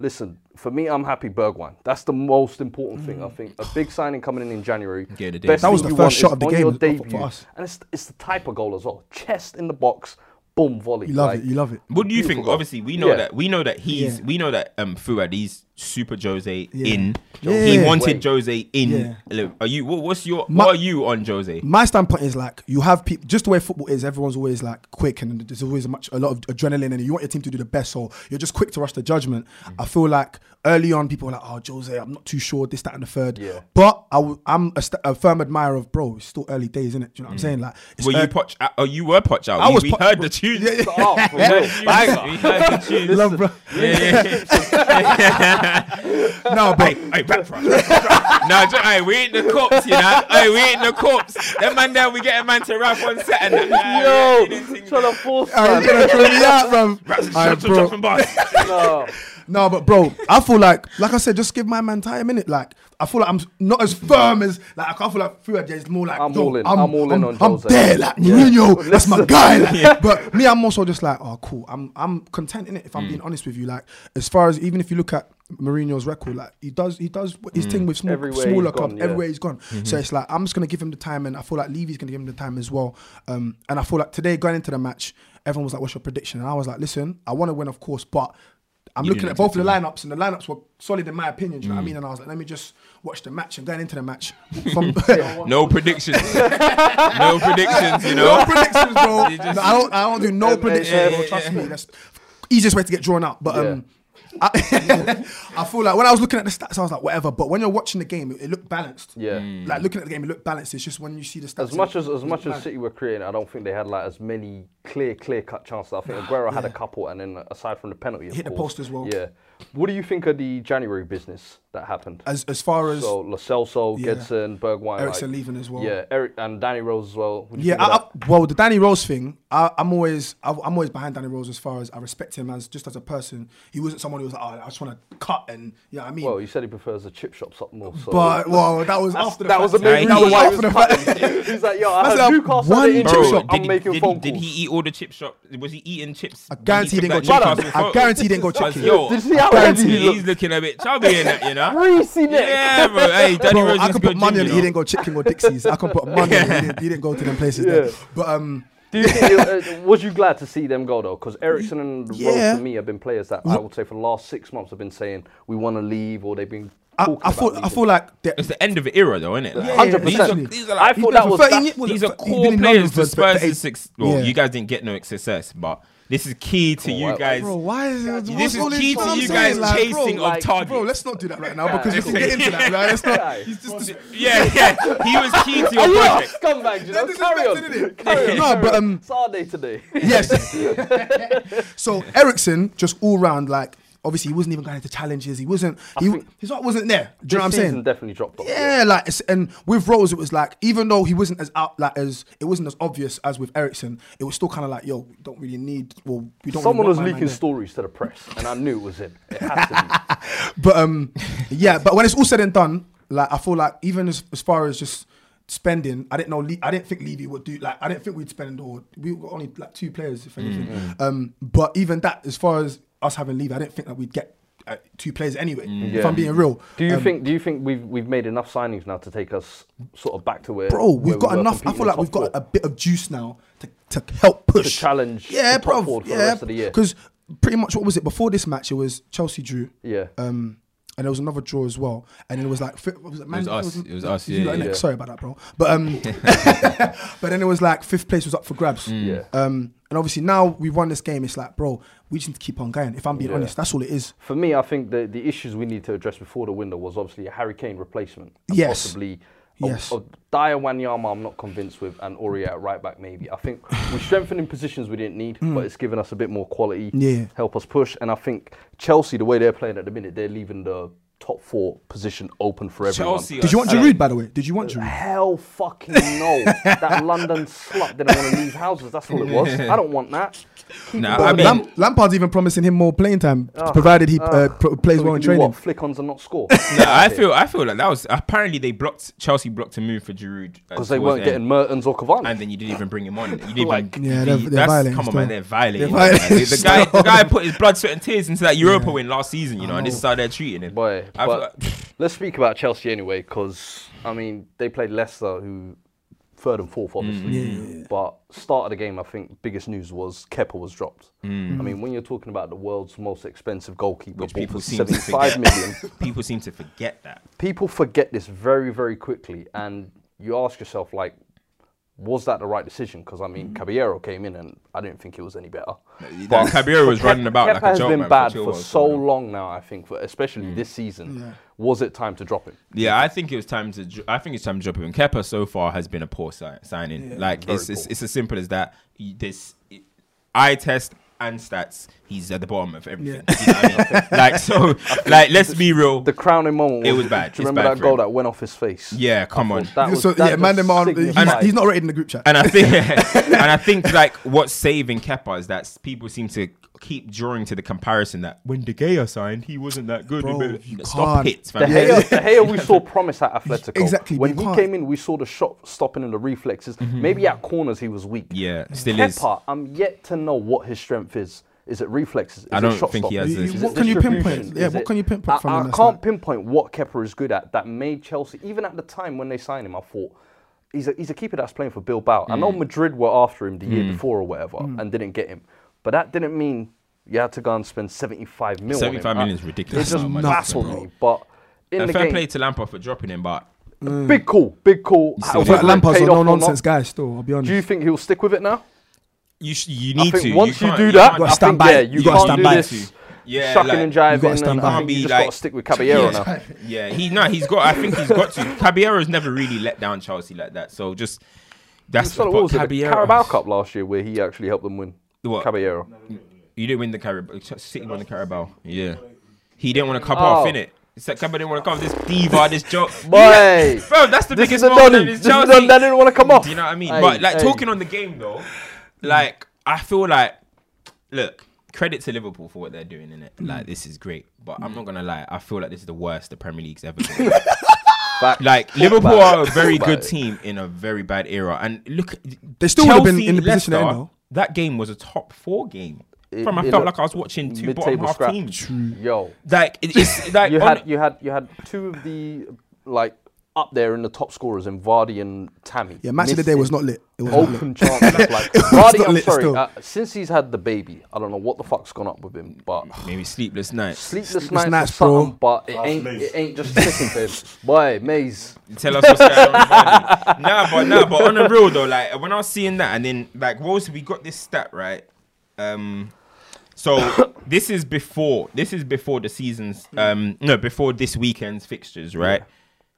S2: Listen, for me, I'm happy Bergwijn. That's the most important thing. I
S4: Mm.
S2: think a big signing coming in in January.
S1: Get it in.
S2: Best
S1: That
S2: thing
S4: was the
S2: you
S4: first
S2: want
S4: shot
S2: is
S4: of the
S2: on
S4: game
S2: your
S4: for- for
S2: debut.
S4: us.
S2: And it's, it's the type of goal as well. Chest in the box, boom, volley.
S4: You love
S2: like-
S4: it. You love it.
S1: What do you think?
S2: Beautiful.
S1: Obviously, we know
S2: Yeah.
S1: that we know that he's we know that um Fuad he's super Jose in.
S4: Yeah.
S1: He
S4: Yeah.
S1: wanted Jose in.
S4: Yeah.
S1: Look, Are you? What, what's your?
S4: Ma-
S1: what are you on Jose?
S4: My standpoint is like you have people just the way football is. Everyone's always like quick, and there's always a much a lot of adrenaline, and you want your team to do the best. So you're just quick to rush to judgment. I feel like early on, people were like, "Oh, Jose, I'm not too sure this, that, and the third.
S2: Yeah.
S4: But I w- I'm a, st- a firm admirer of bro. It's still early days, isn't it? Do Mm. you know what I'm saying? Like, it's
S1: Were
S4: ear-
S1: you
S4: <laughs>
S1: poch? uh, Oh, you were poch out.
S4: I
S1: We-
S4: was
S1: we
S4: poch-
S1: heard the tunes.
S4: Yeah, yeah.
S2: <laughs> Oh,
S1: <laughs>
S2: for
S1: We heard
S2: real.
S1: the tunes. We <laughs> heard the tunes.
S4: Love, bro. <laughs> no, but
S1: Hey, hey, back, bro. no, ju- hey, we ain't the cops, you know. Hey, we ain't the cops. That man there, we get a man to rap on set and that.
S2: Yo, trying to force
S4: I was gonna throw me out, bro. Alright, bro.
S2: <laughs> no.
S4: No, but bro, I feel like, like I said, just give my man time in it. Like, I feel like I'm not as firm as like I can't feel like Fuad. It's more like
S2: I'm
S4: yo,
S2: all in. I'm all in on
S4: I'm
S2: Jose.
S4: there, like
S2: <laughs>
S4: Mourinho. That's my guy. Like, But me, I'm also just like, oh, cool. I'm I'm content in it. If I'm being honest with you, like as far as even if you look at Mourinho's record, like he does he does his thing with small,
S2: Mm. Everywhere he's
S4: smaller
S2: gone,
S4: clubs.
S2: yeah.
S4: Everywhere he's gone. So it's like I'm just gonna give him the time, and I feel like Levy's gonna give him the time as well. Um, and I feel like today going into the match. Everyone was like, "What's your prediction?" And I was like, "Listen, I want to win, of course, but I'm looking
S1: didn't
S4: at both of the lineups, and the lineups were solid in my opinion. Do you know what I mean? And I was like, let me just watch the match and going into the match. From <laughs>
S1: No predictions. no predictions, you
S4: no
S1: know.
S4: <laughs> predictions, bro.
S1: You just-
S4: No, I don't. I don't do no predictions,
S2: yeah,
S4: bro. Trust me, that's easiest way to get drawn out. But um, I, <laughs> I feel like when I was looking at the stats, I was like, whatever. But when you're watching the game, it, it looked balanced.
S2: Yeah. Mm.
S4: Like looking at the game, it looked balanced. It's just when you see the stats.
S2: As much as as much as City were creating, I don't think they had like as many clear clear cut chances. I think Aguero had a couple, and then aside from the penalty, of
S4: Hit the
S2: course.
S4: post as well.
S2: Yeah. What do you think of the January business that happened?
S4: as as far as
S2: so Lo Celso,
S4: Yeah.
S2: Gedson, Bergwijn,
S4: Eriksen
S2: like-
S4: leaving as well.
S2: Yeah, Eric and Danny Rose as well. What do you
S4: Yeah,
S2: think of
S4: I,
S2: that?
S4: I, well, the Danny Rose thing, I, I'm always, I, I'm always behind Danny Rose as far as I respect him as just as a person. He wasn't someone who was like, oh, I just want to cut and you know what I mean.
S2: well, you said he prefers the chip shops up more. So
S4: but well, that was after the
S2: that was
S4: fact.
S2: the
S1: Nah,
S2: main
S1: he-
S2: reason
S1: he-
S2: why
S4: after
S2: he
S4: the
S2: was
S4: fact.
S2: cutting. He's like, yo, I
S4: That's
S2: had
S4: like
S2: Newcastle
S4: one
S2: in the
S4: chip
S2: chip
S4: shop.
S2: shop.
S1: did
S2: I'm
S1: he-
S2: making
S1: did he-
S2: phone
S1: Did he
S2: calls.
S1: eat all the chip shop? Was he eating chips? I
S4: guarantee he didn't go chicken. I guarantee he didn't go chicken.
S2: Did you see how heavy he
S1: He's
S2: looked?
S1: looking a bit chubby in that, you know.
S2: Greasy neck. <laughs>
S1: Yeah, bro. Hey, Danny
S4: Bro,
S1: Rose needs to
S4: I can
S1: go
S4: put money on
S1: gym,
S4: it.
S1: you
S4: He
S1: know.
S4: didn't go chicken or Dixie's. I
S1: <laughs>
S4: can put money on it. He didn't, he didn't go to them places. There.
S2: Yeah.
S4: But um,
S2: Do you think it, uh, was you glad to see them go though? Because Ericsson and
S4: Yeah.
S2: Rose for me have been players that I would say for the last six months have been saying we want to leave or they've been.
S4: I,
S2: talking
S4: I
S2: about
S4: feel,
S2: leaving. <laughs>
S4: I feel like they're-
S1: It's the end of the era, though, isn't it? Like,
S2: Yeah, 100%.
S1: These are, these are like,
S2: I thought that was.
S4: for
S2: That's,
S4: 13 years- was it
S1: These are
S4: for- he's been
S1: core
S4: in
S1: players
S4: London
S1: to
S4: for- for eight-
S1: Spurs' six. Well,
S4: Yeah.
S1: you guys didn't get no success, but this is key to you
S2: wow.
S1: guys.
S4: Bro, why is it?
S1: This
S4: what's
S1: is
S4: all
S1: key
S4: this-
S1: to
S4: I'm
S1: you
S4: saying,
S1: guys
S4: like,
S1: chasing
S4: bro,
S1: of
S2: like-
S1: targets.
S4: Bro, let's not do that right now
S1: <laughs>
S4: because
S1: Guys,
S4: we can get into that. Right? Let's
S1: <laughs>
S4: not.
S2: Guys.
S4: He's just dis-
S1: yeah, <laughs> yeah. He was key to
S2: are
S1: your
S2: you a
S1: project.
S2: scumbag? You know,
S4: They're
S2: carry on.
S4: disrespecting
S2: <laughs>
S4: it.
S2: Carry on.
S4: No,
S2: carry
S4: but,
S2: on.
S4: um, <laughs>
S2: it's our day today.
S1: <laughs>
S4: Yes. so Ericsson, just all round, like Obviously, he wasn't even going to challenges. He wasn't. He,
S2: think-
S4: his heart wasn't there. Do you know what I'm
S2: This season
S4: saying?
S2: Definitely dropped off.
S4: Yeah, like it's, and with Rose, it was like even though he wasn't as out like as it wasn't as obvious as with Ericsson, it was still kind of like yo, we don't really need. Well, we don't.
S2: Someone
S4: really want
S2: was
S4: my man
S2: leaking
S4: there.
S2: stories to the press, and I knew it was him.
S4: <laughs>
S2: It had to be.
S4: But um, <laughs> yeah. But when it's all said and done, like I feel like even as, as far as just spending, I didn't know. Le- I didn't think Levy would do. Like I didn't think we'd spend or we were only like two players if anything. Um, but even that, as far as us having Levy, I didn't think that we'd get uh, two players anyway. If
S2: Yeah.
S4: I'm being real,
S2: Do you
S4: Um,
S2: think? Do you think we've we've made enough signings now to take us sort of back to where?
S4: Bro,
S2: where
S4: we've
S2: we
S4: got
S2: were
S4: enough. I
S2: competing
S4: feel
S2: in
S4: like
S2: top
S4: we've got
S2: four?
S4: a bit of juice now to, to help push.
S2: challenge
S4: Yeah,
S2: the top
S4: bro.
S2: four for the
S4: yeah,
S2: rest of the year.
S4: Because pretty much what was it before this match? It was Chelsea drew.
S2: Yeah.
S4: Um, and there was another draw as well. And then it was like, fi- what was it, man,
S1: us, it was us,
S4: you
S1: yeah,
S4: lot, innit?
S2: yeah.
S4: Sorry about that, bro.
S1: <laughs>
S4: But um, <laughs> but then it was like fifth place was up for grabs.
S1: Mm.
S2: Yeah.
S4: Um, and obviously now we won this game. It's like, bro, we just need to keep on going. If I'm being
S2: Yeah.
S4: honest, that's all it is.
S2: For me, I think the, the issues we need to address before the window was obviously a Harry Kane replacement. and
S4: Yes.
S2: Possibly a,
S4: Yes.
S2: a Dyer Wanyama, I'm not convinced with, and Aurier at right back, maybe. I think we're strengthening positions we didn't need, but it's given us a bit more quality,
S4: Mm. Yeah.
S2: help us push. And I think Chelsea, the way they're playing at the minute, they're leaving the top four position open for everyone.
S1: Chelsea
S4: Did you want
S1: Yes.
S4: Giroud, by the way? Did you want Giroud?
S2: Hell fucking no.
S1: <laughs>
S2: that London slut didn't want to leave houses, that's all it was. I don't want that. Keep
S1: Nah,
S2: it
S1: I
S2: going.
S1: mean-
S4: Lam- Lampard's even promising him more playing time, provided he uh, pro- plays
S2: Ah. So we
S4: well
S2: can
S4: in
S2: do
S4: training.
S2: What, flick ons and
S1: <laughs>
S2: not score.
S1: No, I feel I feel like that was apparently they blocked Chelsea blocked a move for Giroud uh,
S2: because they weren't getting Mertens or Cavani.
S1: and then you didn't even bring him on. You didn't
S2: <laughs> Like-
S1: even the-
S4: Yeah, they're- they're
S1: that's-
S4: violating
S1: Come on,
S4: still.
S1: man, they're violating.
S4: They're
S1: man. <laughs>
S4: violating
S1: the guy, the
S4: still.
S1: guy put his blood, sweat, and tears into that Europa win last season, you know, and this
S4: Oh.
S1: is how they're treating him.
S2: Boy,
S1: I feel
S2: but
S1: like-
S2: let's speak about Chelsea anyway, because I mean they played Leicester, who third and fourth,
S1: Mm.
S2: obviously. But start of the game, I think biggest news was Kepa was dropped. I mean, when you're talking about the world's most expensive goalkeeper,
S1: Mm. Which
S2: bought
S1: people
S2: for
S1: seem to
S2: 75
S1: forget. <laughs>
S2: million,
S1: people seem to forget that.
S2: people forget this very, very quickly, and you ask yourself, like, was that the right decision? Because I
S4: Mm-hmm.
S2: mean, Caballero came in, and I didn't think it was any better.
S1: That Caballero was running about
S2: Kepa
S1: like a
S2: has
S1: joke,
S2: been
S1: man, for
S2: bad
S1: Chilwell,
S2: for
S1: so-
S2: so long now. I think, for, especially
S1: Mm.
S2: this season, was it time to drop him?
S1: Yeah, I think it was time to. dr- I think it's time to drop him. Kepa so far has been a poor si- signing. like it's, it's it's as simple as that. You- This it- eye test and stats. He's at the bottom of everything. You know what I
S2: <laughs>
S1: mean? like so, like let's be real.
S2: The crowning moment.
S1: It
S2: was-
S1: was bad.
S2: Do
S1: It's
S2: you remember
S1: bad
S2: that
S1: for
S2: goal
S1: him.
S2: that went off his face?
S1: yeah, come on.
S2: That was,
S4: so,
S2: that
S4: yeah, man,
S2: just
S4: them are- he's,
S2: signified-
S4: he's not rated in the group chat.
S1: And I
S2: <laughs>
S1: think, <laughs> and I think, like what's saving Kepa is that people seem to keep drawing to the comparison that when De Gea signed, he wasn't that good.
S4: Bro, you
S1: Stop
S4: can't.
S1: it,
S2: De
S1: fam.
S2: Gea, De
S1: <laughs>
S2: Gea we saw promise at Atletico.
S4: Exactly,
S2: When
S4: you
S2: he
S4: can't.
S2: came in, we saw the shot stopping and the reflexes.
S1: Mm-hmm.
S2: Maybe at corners he was weak.
S1: Yeah, still is.
S2: Kepa, I'm yet to know what his strength is. Is it reflexes? Is
S1: I don't
S2: it shot
S1: think he
S2: stop?
S1: has this.
S2: Is
S1: What
S2: it
S1: can
S4: you
S2: distribution?
S4: pinpoint? Yeah,
S2: Is
S4: what
S2: it-
S4: can you pinpoint
S2: I-
S4: from him
S2: I
S4: that's
S2: can't
S4: not-
S2: pinpoint what Kepa is good at that made Chelsea, even at the time when they signed him, I thought he's a, he's a keeper that's playing for Bilbao. I know
S1: Mm.
S2: Madrid were after him the year before or whatever
S4: Mm.
S2: and didn't get him, but that didn't mean you had to go and spend 75 million.
S1: 75 million is ridiculous
S2: It just
S1: amount of money,
S2: baffled
S1: bro.
S2: me. But in
S1: And
S2: the
S1: fair
S2: game,
S1: play to Lampard for dropping him, but
S2: big call, big call.
S1: see
S4: I
S1: what
S4: feel
S1: Whether
S4: Mm. like
S1: it
S4: Lampard's a
S2: paid off or
S4: no
S2: not.
S4: nonsense guy. Still, I'll be honest.
S2: Do you think he'll stick with it now?
S1: you sh- you
S2: I
S1: need
S2: think
S1: to.
S2: once you,
S1: can't-
S2: do
S1: can't
S2: that,
S4: gotta
S2: I
S4: stand
S2: think,
S4: by.
S2: yeah,
S4: You
S2: you,
S4: gotta
S2: can't
S4: stand
S2: do
S4: by.
S2: this
S1: Yeah,
S2: shucking
S1: like,
S2: and
S1: you gotta
S2: jiving.
S4: stand
S2: and
S4: by.
S2: I think
S1: Can't
S2: you
S1: be
S2: just
S1: like-
S2: gotta stick with Caballero now.
S1: Yeah, he no, he's got. I think he's got to. Caballero's never really let down Chelsea like that. So just that's
S2: So
S1: but
S2: what was it, the
S1: Caballero-
S2: Carabao Cup last year where he actually helped them win?
S1: What?
S2: Caballero.
S1: You didn't win the Carabao. Ch- City won the Carabao. Yeah, he didn't want to cup off
S2: Oh.
S1: in it. Caballero didn't want to come. This diva, this
S2: <laughs>
S1: joke.
S2: Boy.
S1: Bro, that's the
S2: This
S1: biggest
S2: is the
S1: moment
S2: Donny.
S1: in
S2: This is
S1: his
S2: the
S1: Chelsea.
S2: Donny that didn't want to come off.
S1: Do you know what I mean?
S2: Hey,
S1: but like
S2: hey. Mm.
S1: talking on the game though, like I feel like look, credit to Liverpool for what they're doing in
S2: Mm.
S1: it. Like this is great, but I'm not gonna lie, I feel like this is the worst the Premier League's
S2: <laughs>
S1: ever been.
S2: Back-
S1: like
S2: Talk
S1: Liverpool
S2: about
S1: are a
S2: it.
S1: very
S2: Talk
S1: good
S2: about it.
S1: team in a very bad era, and look,
S4: They still would've been in the position they're in,
S1: Leicester,
S4: though.
S1: That game was a top four game.
S2: It-
S1: From I
S2: it
S1: felt
S2: looked
S1: like I was watching two bottom
S2: mid-table
S1: half
S2: scrap.
S1: teams.
S2: Yo,
S1: Like it-
S2: <laughs>
S1: it's like
S2: you
S1: on-
S2: had you had you had two of the like up there in the top scorers in Vardy and Tammy.
S4: yeah, match of the day was not lit. <laughs> It was not lit.
S2: open chance. like
S4: was
S2: Vardy,
S4: not
S2: I'm
S4: lit
S2: sorry.
S4: still.
S2: Uh, since he's had the baby, I don't know what the fuck's gone up with him, but
S1: maybe sleepless nights.
S2: sleepless,
S4: Sleepless
S2: nights,
S4: nights,
S2: or
S4: bro.
S2: something, but it
S3: Ah,
S2: ain't
S3: Maze.
S2: it ain't just sticking to him.
S4: <laughs>
S2: Boy, Maze.
S1: Tell us what's going on. with Vardy.
S2: <laughs>
S1: nah, but nah, but on the real though, like when I was seeing that, and then like what was we got this stat right? Um, so <coughs> this is before this is before the seasons. Um, no, before this weekend's fixtures, right?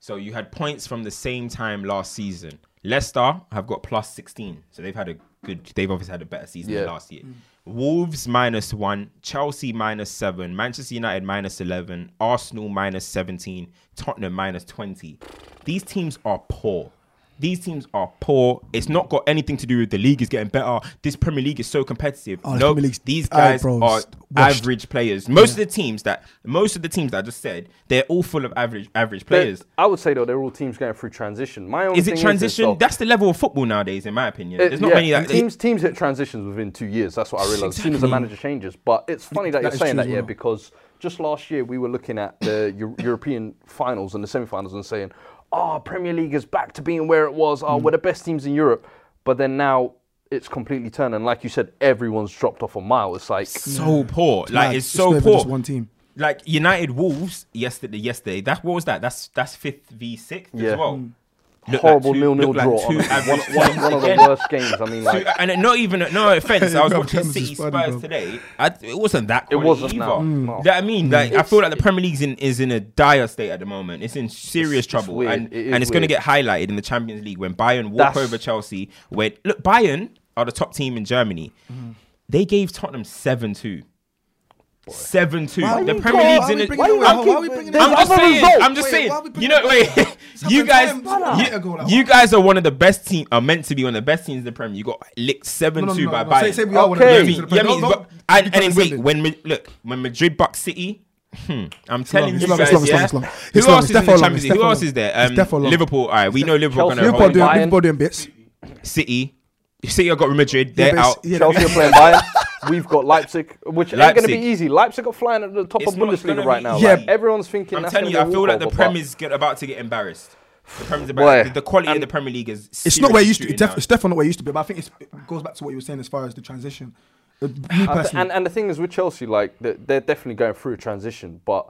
S1: So you had points from the same time last season. Leicester have got plus sixteen, so they've had a good. They've obviously had a better season than
S2: Yeah.
S1: last year. Wolves minus one, Chelsea minus seven, Manchester United minus 11, Arsenal minus 17, Tottenham minus 20. These teams are poor. These teams are poor. It's not got anything to do with the league is getting better. This Premier League is so competitive.
S4: Oh, the
S1: no,
S4: Premier League's-
S1: these
S4: oh,
S1: guys
S4: bro,
S1: are
S4: it's washed.
S1: average players. Most of the teams that most of the teams that I just said, they're all full of average average
S2: They're-
S1: players.
S2: I would say though they're all teams going through transition. My own
S1: Is
S2: thing
S1: it
S2: this,
S1: transition?
S2: though,
S1: That's the level of football nowadays, in my opinion. There's not
S2: yeah,
S1: many that
S2: and teams teams hit transitions within two years. That's what I realized. As soon as the
S4: Exactly.
S2: manager changes, but it's funny that,
S4: That
S2: you're
S4: is
S2: saying
S4: true
S2: that,
S4: as
S2: yeah,
S4: well.
S2: because just last year we were looking at
S1: <laughs>
S2: the Eu- European finals and the semi-finals and saying, "Oh, Premier League is back to being where it was.
S1: Hmm.
S2: Oh, we're the best teams in Europe." But then now it's completely turned, and like you said, everyone's dropped off a mile. It's like
S1: so poor. like
S4: mad.
S1: it's
S4: It's
S1: so
S4: not even
S1: poor.
S4: just one team.
S1: Like United Wolves yesterday. Yesterday, that what was that? That's that's fifth v sixth
S2: Yeah. Hmm.
S1: as well. Looked
S2: horrible
S1: two-
S2: nil-nil
S1: looked like
S2: draw.
S1: two average
S2: honestly. <laughs> one,
S1: teams
S2: one, one
S1: <laughs>
S2: of the
S1: again.
S2: worst games. I mean, like.
S1: Two- and it- not even no offense. I was
S4: <laughs> Bro,
S1: watching
S4: Clemens
S1: City
S4: is funny,
S1: Spurs
S4: bro.
S1: today. I, it wasn't that. Quality
S2: wasn't,
S1: either.
S2: no. Mm. No.
S1: You know what I mean, like I feel like the Premier League's in is in a dire state at the moment. It's in serious
S2: it's
S1: trouble,
S2: weird.
S1: and
S2: It is
S1: and it's going to get
S2: weird.
S1: highlighted in the Champions League when Bayern walk
S2: That's-
S1: over Chelsea. When look, Bayern are the top team in Germany.
S2: Mm.
S1: They gave Tottenham seven two. Seven two.
S4: Why are
S1: The
S4: we-
S1: Premier
S4: why are
S1: League's
S4: we
S1: in.
S4: bringing it
S1: a-
S4: up?
S1: I'm-
S4: Why are we bringing it
S2: There's
S1: I'm
S4: up?
S1: just
S2: other
S1: saying.
S2: results.
S1: I'm just
S4: Wait,
S1: saying.
S4: why are we bringing
S1: You know,
S4: it up?
S1: wait. <laughs> you
S4: happened
S1: guys,
S4: time- time
S1: you-
S4: ago, like-
S1: you guys are one of the best team. Are meant to be one of the best teams in the Premier. You got licked seven two by Bayern.
S4: Say, say we are one of
S2: Okay.
S4: the
S1: You know
S4: best
S1: what I
S4: teams
S1: mean? You know what I mean?
S4: in the Premier League.
S1: But- and, and then wait, when Ma- look when Madrid bucks City, <laughs> hmm, I'm telling you
S4: long, it's long,
S1: guys,
S4: it's long, it's long,
S1: yeah.
S4: it's long.
S1: Who
S4: It's long,
S1: else
S4: it's
S1: is in the
S4: defo long,
S1: Champions
S4: it's
S1: League? Who
S4: defo
S1: else
S4: long.
S1: is there?
S4: It's defo
S1: Um,
S4: long.
S1: Liverpool. All right, we know Liverpool are going
S2: Chelsea-
S1: to
S4: Liverpool
S1: hold.
S4: doing,
S2: Bayern.
S4: Liverpool doing bits.
S1: City, City have got Madrid. They're
S4: but it's-
S1: out.
S4: yeah,
S2: Chelsea are playing Bayern. We've got Leipzig, which ain't going to
S1: Leipzig.
S2: be easy. Leipzig are flying at the top
S1: It's
S2: of
S1: not gonna
S2: Bundesliga
S1: be
S2: right now.
S1: easy.
S2: Like,
S4: Yeah.
S2: everyone's thinking.
S1: I'm
S2: that's
S1: telling you,
S2: gonna be
S1: I
S2: a
S1: feel like the
S2: walkover,
S1: Prem
S2: but-
S1: is get, about to get embarrassed. The, Prem's about,
S2: Boy.
S1: the, the quality of
S2: And
S1: the Premier League is
S4: It's not where it
S1: seriously
S4: used to. It's,
S1: shooting
S4: def- it's definitely not where it used to be. But I think it's, it goes back to what you were saying as far as the transition. Uh, Me
S2: I th-
S4: personally,
S2: and, and the thing is with Chelsea, like they're, they're definitely going through a transition. But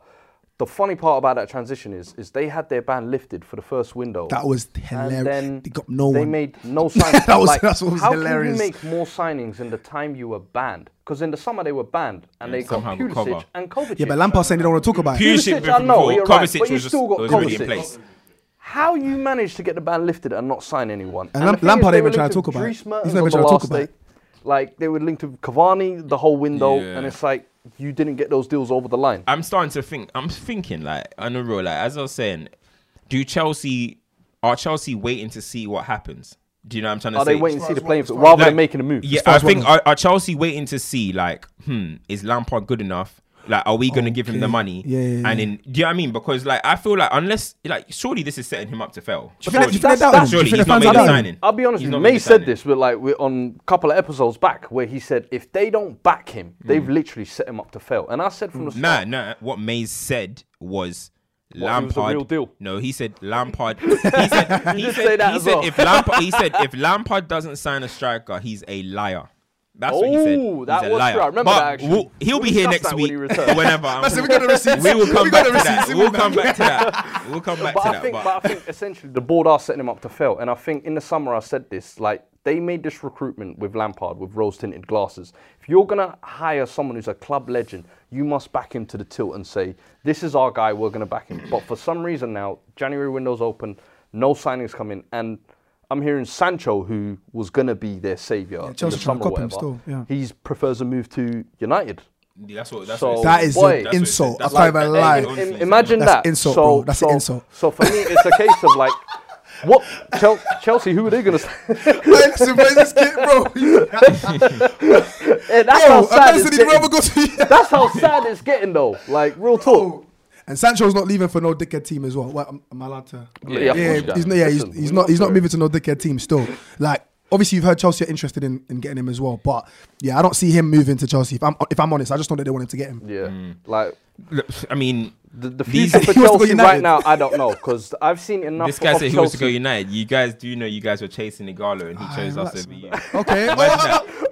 S2: the funny part about that transition is, is they had their ban lifted for the first window.
S4: That was
S2: And
S4: hilarious.
S2: then
S4: They got no
S2: they
S4: one.
S2: made
S4: <laughs>
S2: no signings.
S4: That was-
S2: like,
S4: that's what was
S2: how
S4: hilarious.
S2: Can you make more signings in the time you were banned? Because in the summer they were banned, and they got
S1: somehow got
S2: Pulisic
S1: cover.
S2: and Kovacic.
S4: yeah, but Lampard saying they don't want to talk about it.
S1: Pulisic
S2: Pulisic,
S1: before
S2: I know, you're right,
S1: Kovacic
S2: but you
S1: was just-
S2: still got
S1: was already in
S2: Kovacic.
S1: place.
S2: how you managed to get the ban lifted and not sign anyone.
S4: And Lam-
S2: the thing
S4: Lampard
S2: is, they
S4: ain't
S2: were
S4: even trying
S2: linked
S4: to talk
S2: with
S4: about it.
S2: Dries Mertens
S4: He's not
S2: on
S4: even
S2: the
S4: trying to
S2: last
S4: talk about it.
S2: day. Like they were linked to Cavani the whole window, and
S1: Yeah.
S2: it's like you didn't get those deals over the line.
S1: I'm starting to think. I'm thinking like on the real. Like as I was saying, do Chelsea are Chelsea waiting to see what happens? Do you know what I'm trying to
S2: Are
S1: say?
S2: they waiting to see
S3: far
S2: the
S3: as
S2: playing
S3: what-
S2: field
S3: as far as
S2: rather than
S1: Like,
S2: making a move?
S1: Yeah,
S4: far
S1: I
S4: as what
S1: think
S4: happens.
S1: are, are Chelsea waiting to see like, hmm, is Lampard good enough? Like, are we going to give him the
S4: Okay.
S1: money?
S4: Yeah, yeah, yeah.
S1: And in, do you know what I mean? Because like, I feel like unless like, surely this is setting him up to fail.
S4: Do you think- do you think
S2: That's-
S4: they're doubting
S2: that's-
S4: him? Do you
S1: Surely
S4: think
S1: he's
S4: the
S1: not
S4: fans
S1: made
S4: are
S1: the
S4: doubting him?
S1: signing.
S2: I'll be honest
S1: He's
S2: with you.
S1: not
S2: May
S1: made the
S2: said
S1: signing.
S2: this, but like we're on a couple of episodes back, where he said if they don't back him,
S1: Mm.
S2: they've literally set him up to fail. And I said from the start,
S1: Nah, nah. What Mays said was
S2: it was
S1: Lampard.
S2: the real deal.
S1: No, he said
S2: <laughs>
S1: Lampard. He said, he
S2: did
S1: said,
S2: say that
S1: he
S2: as
S1: said
S2: well.
S1: if Lampard, he said if Lampard doesn't sign a striker, he's a liar. That's what he said.
S2: Oh,
S1: He's
S2: that
S1: a
S2: was
S1: liar.
S2: true. I remember
S1: But
S2: that, actually.
S1: we'll- he'll
S2: We
S1: be here
S2: discussed
S1: next
S2: that when
S1: week,
S2: he returns.
S1: whenever. I'm-
S4: Listen, we got the
S1: <laughs>
S4: receipts.
S1: we will come back
S4: We got
S1: to
S4: the
S1: that.
S4: receipts.
S1: We'll come back to
S2: <laughs>
S1: that. We'll come back
S2: but
S1: to
S2: I
S1: that.
S2: think,
S1: but-
S2: but, I think essentially the board are setting him up to fail. And I think in the summer I said this, like they made this recruitment with Lampard with rose tinted glasses. If you're gonna hire someone who's a club legend, you must back him to the tilt and say this is our guy. We're gonna back him. But for some reason now, January windows open, no signings coming, and I'm hearing Sancho, who was gonna be their savior in the
S4: Chelsea trying
S2: summer,
S4: to
S2: or
S4: cop him
S2: whatever,
S4: still, yeah.
S2: he prefers a move to United.
S1: Yeah, that's what. That's
S2: So-
S1: what
S4: That is
S2: Boy.
S1: That's
S4: an
S1: what it is.
S4: insult. I
S1: That's
S4: can't
S1: like-
S4: even
S1: that-
S4: lie.
S1: that-
S2: Im-
S1: Honestly,
S2: imagine
S4: that's
S2: that.
S4: insult,
S2: so,
S4: bro. That's
S2: so,
S4: an insult.
S2: So for me, it's a case of like, what Chel- Chelsea? Who are they
S4: <laughs>
S2: gonna?
S4: Hey,
S2: <laughs>
S4: listen, where's this kid, <laughs> bro? Yo,
S2: Eh, that's how sad it's
S4: I've never
S2: getting.
S4: go to.
S2: That's how sad it's getting though. Like real talk.
S4: And Sancho's not leaving for no dickhead team as well. Well, am, am I allowed to?
S2: Yeah, yeah, of course you can.
S4: he's not. Yeah, he's,
S2: Listen,
S4: he's
S2: we're
S4: not. He's
S2: not
S4: not moving to no dickhead team still. Like, obviously, you've heard Chelsea are interested in, in getting him as well. But yeah, I don't see him moving to Chelsea. If I'm if I'm honest, I just know that they wanted to get him.
S2: Yeah, like
S1: Look, I mean,
S2: the, the
S1: These-
S2: future for
S4: <laughs> He wants to go
S2: Chelsea right
S4: United.
S2: now. I don't know because I've seen enough.
S1: this guy
S2: of
S1: said he
S2: Chelsea.
S1: wants to go United. You guys do know you guys were chasing Igalo and he chose us
S4: relax,
S1: over you.
S4: Okay.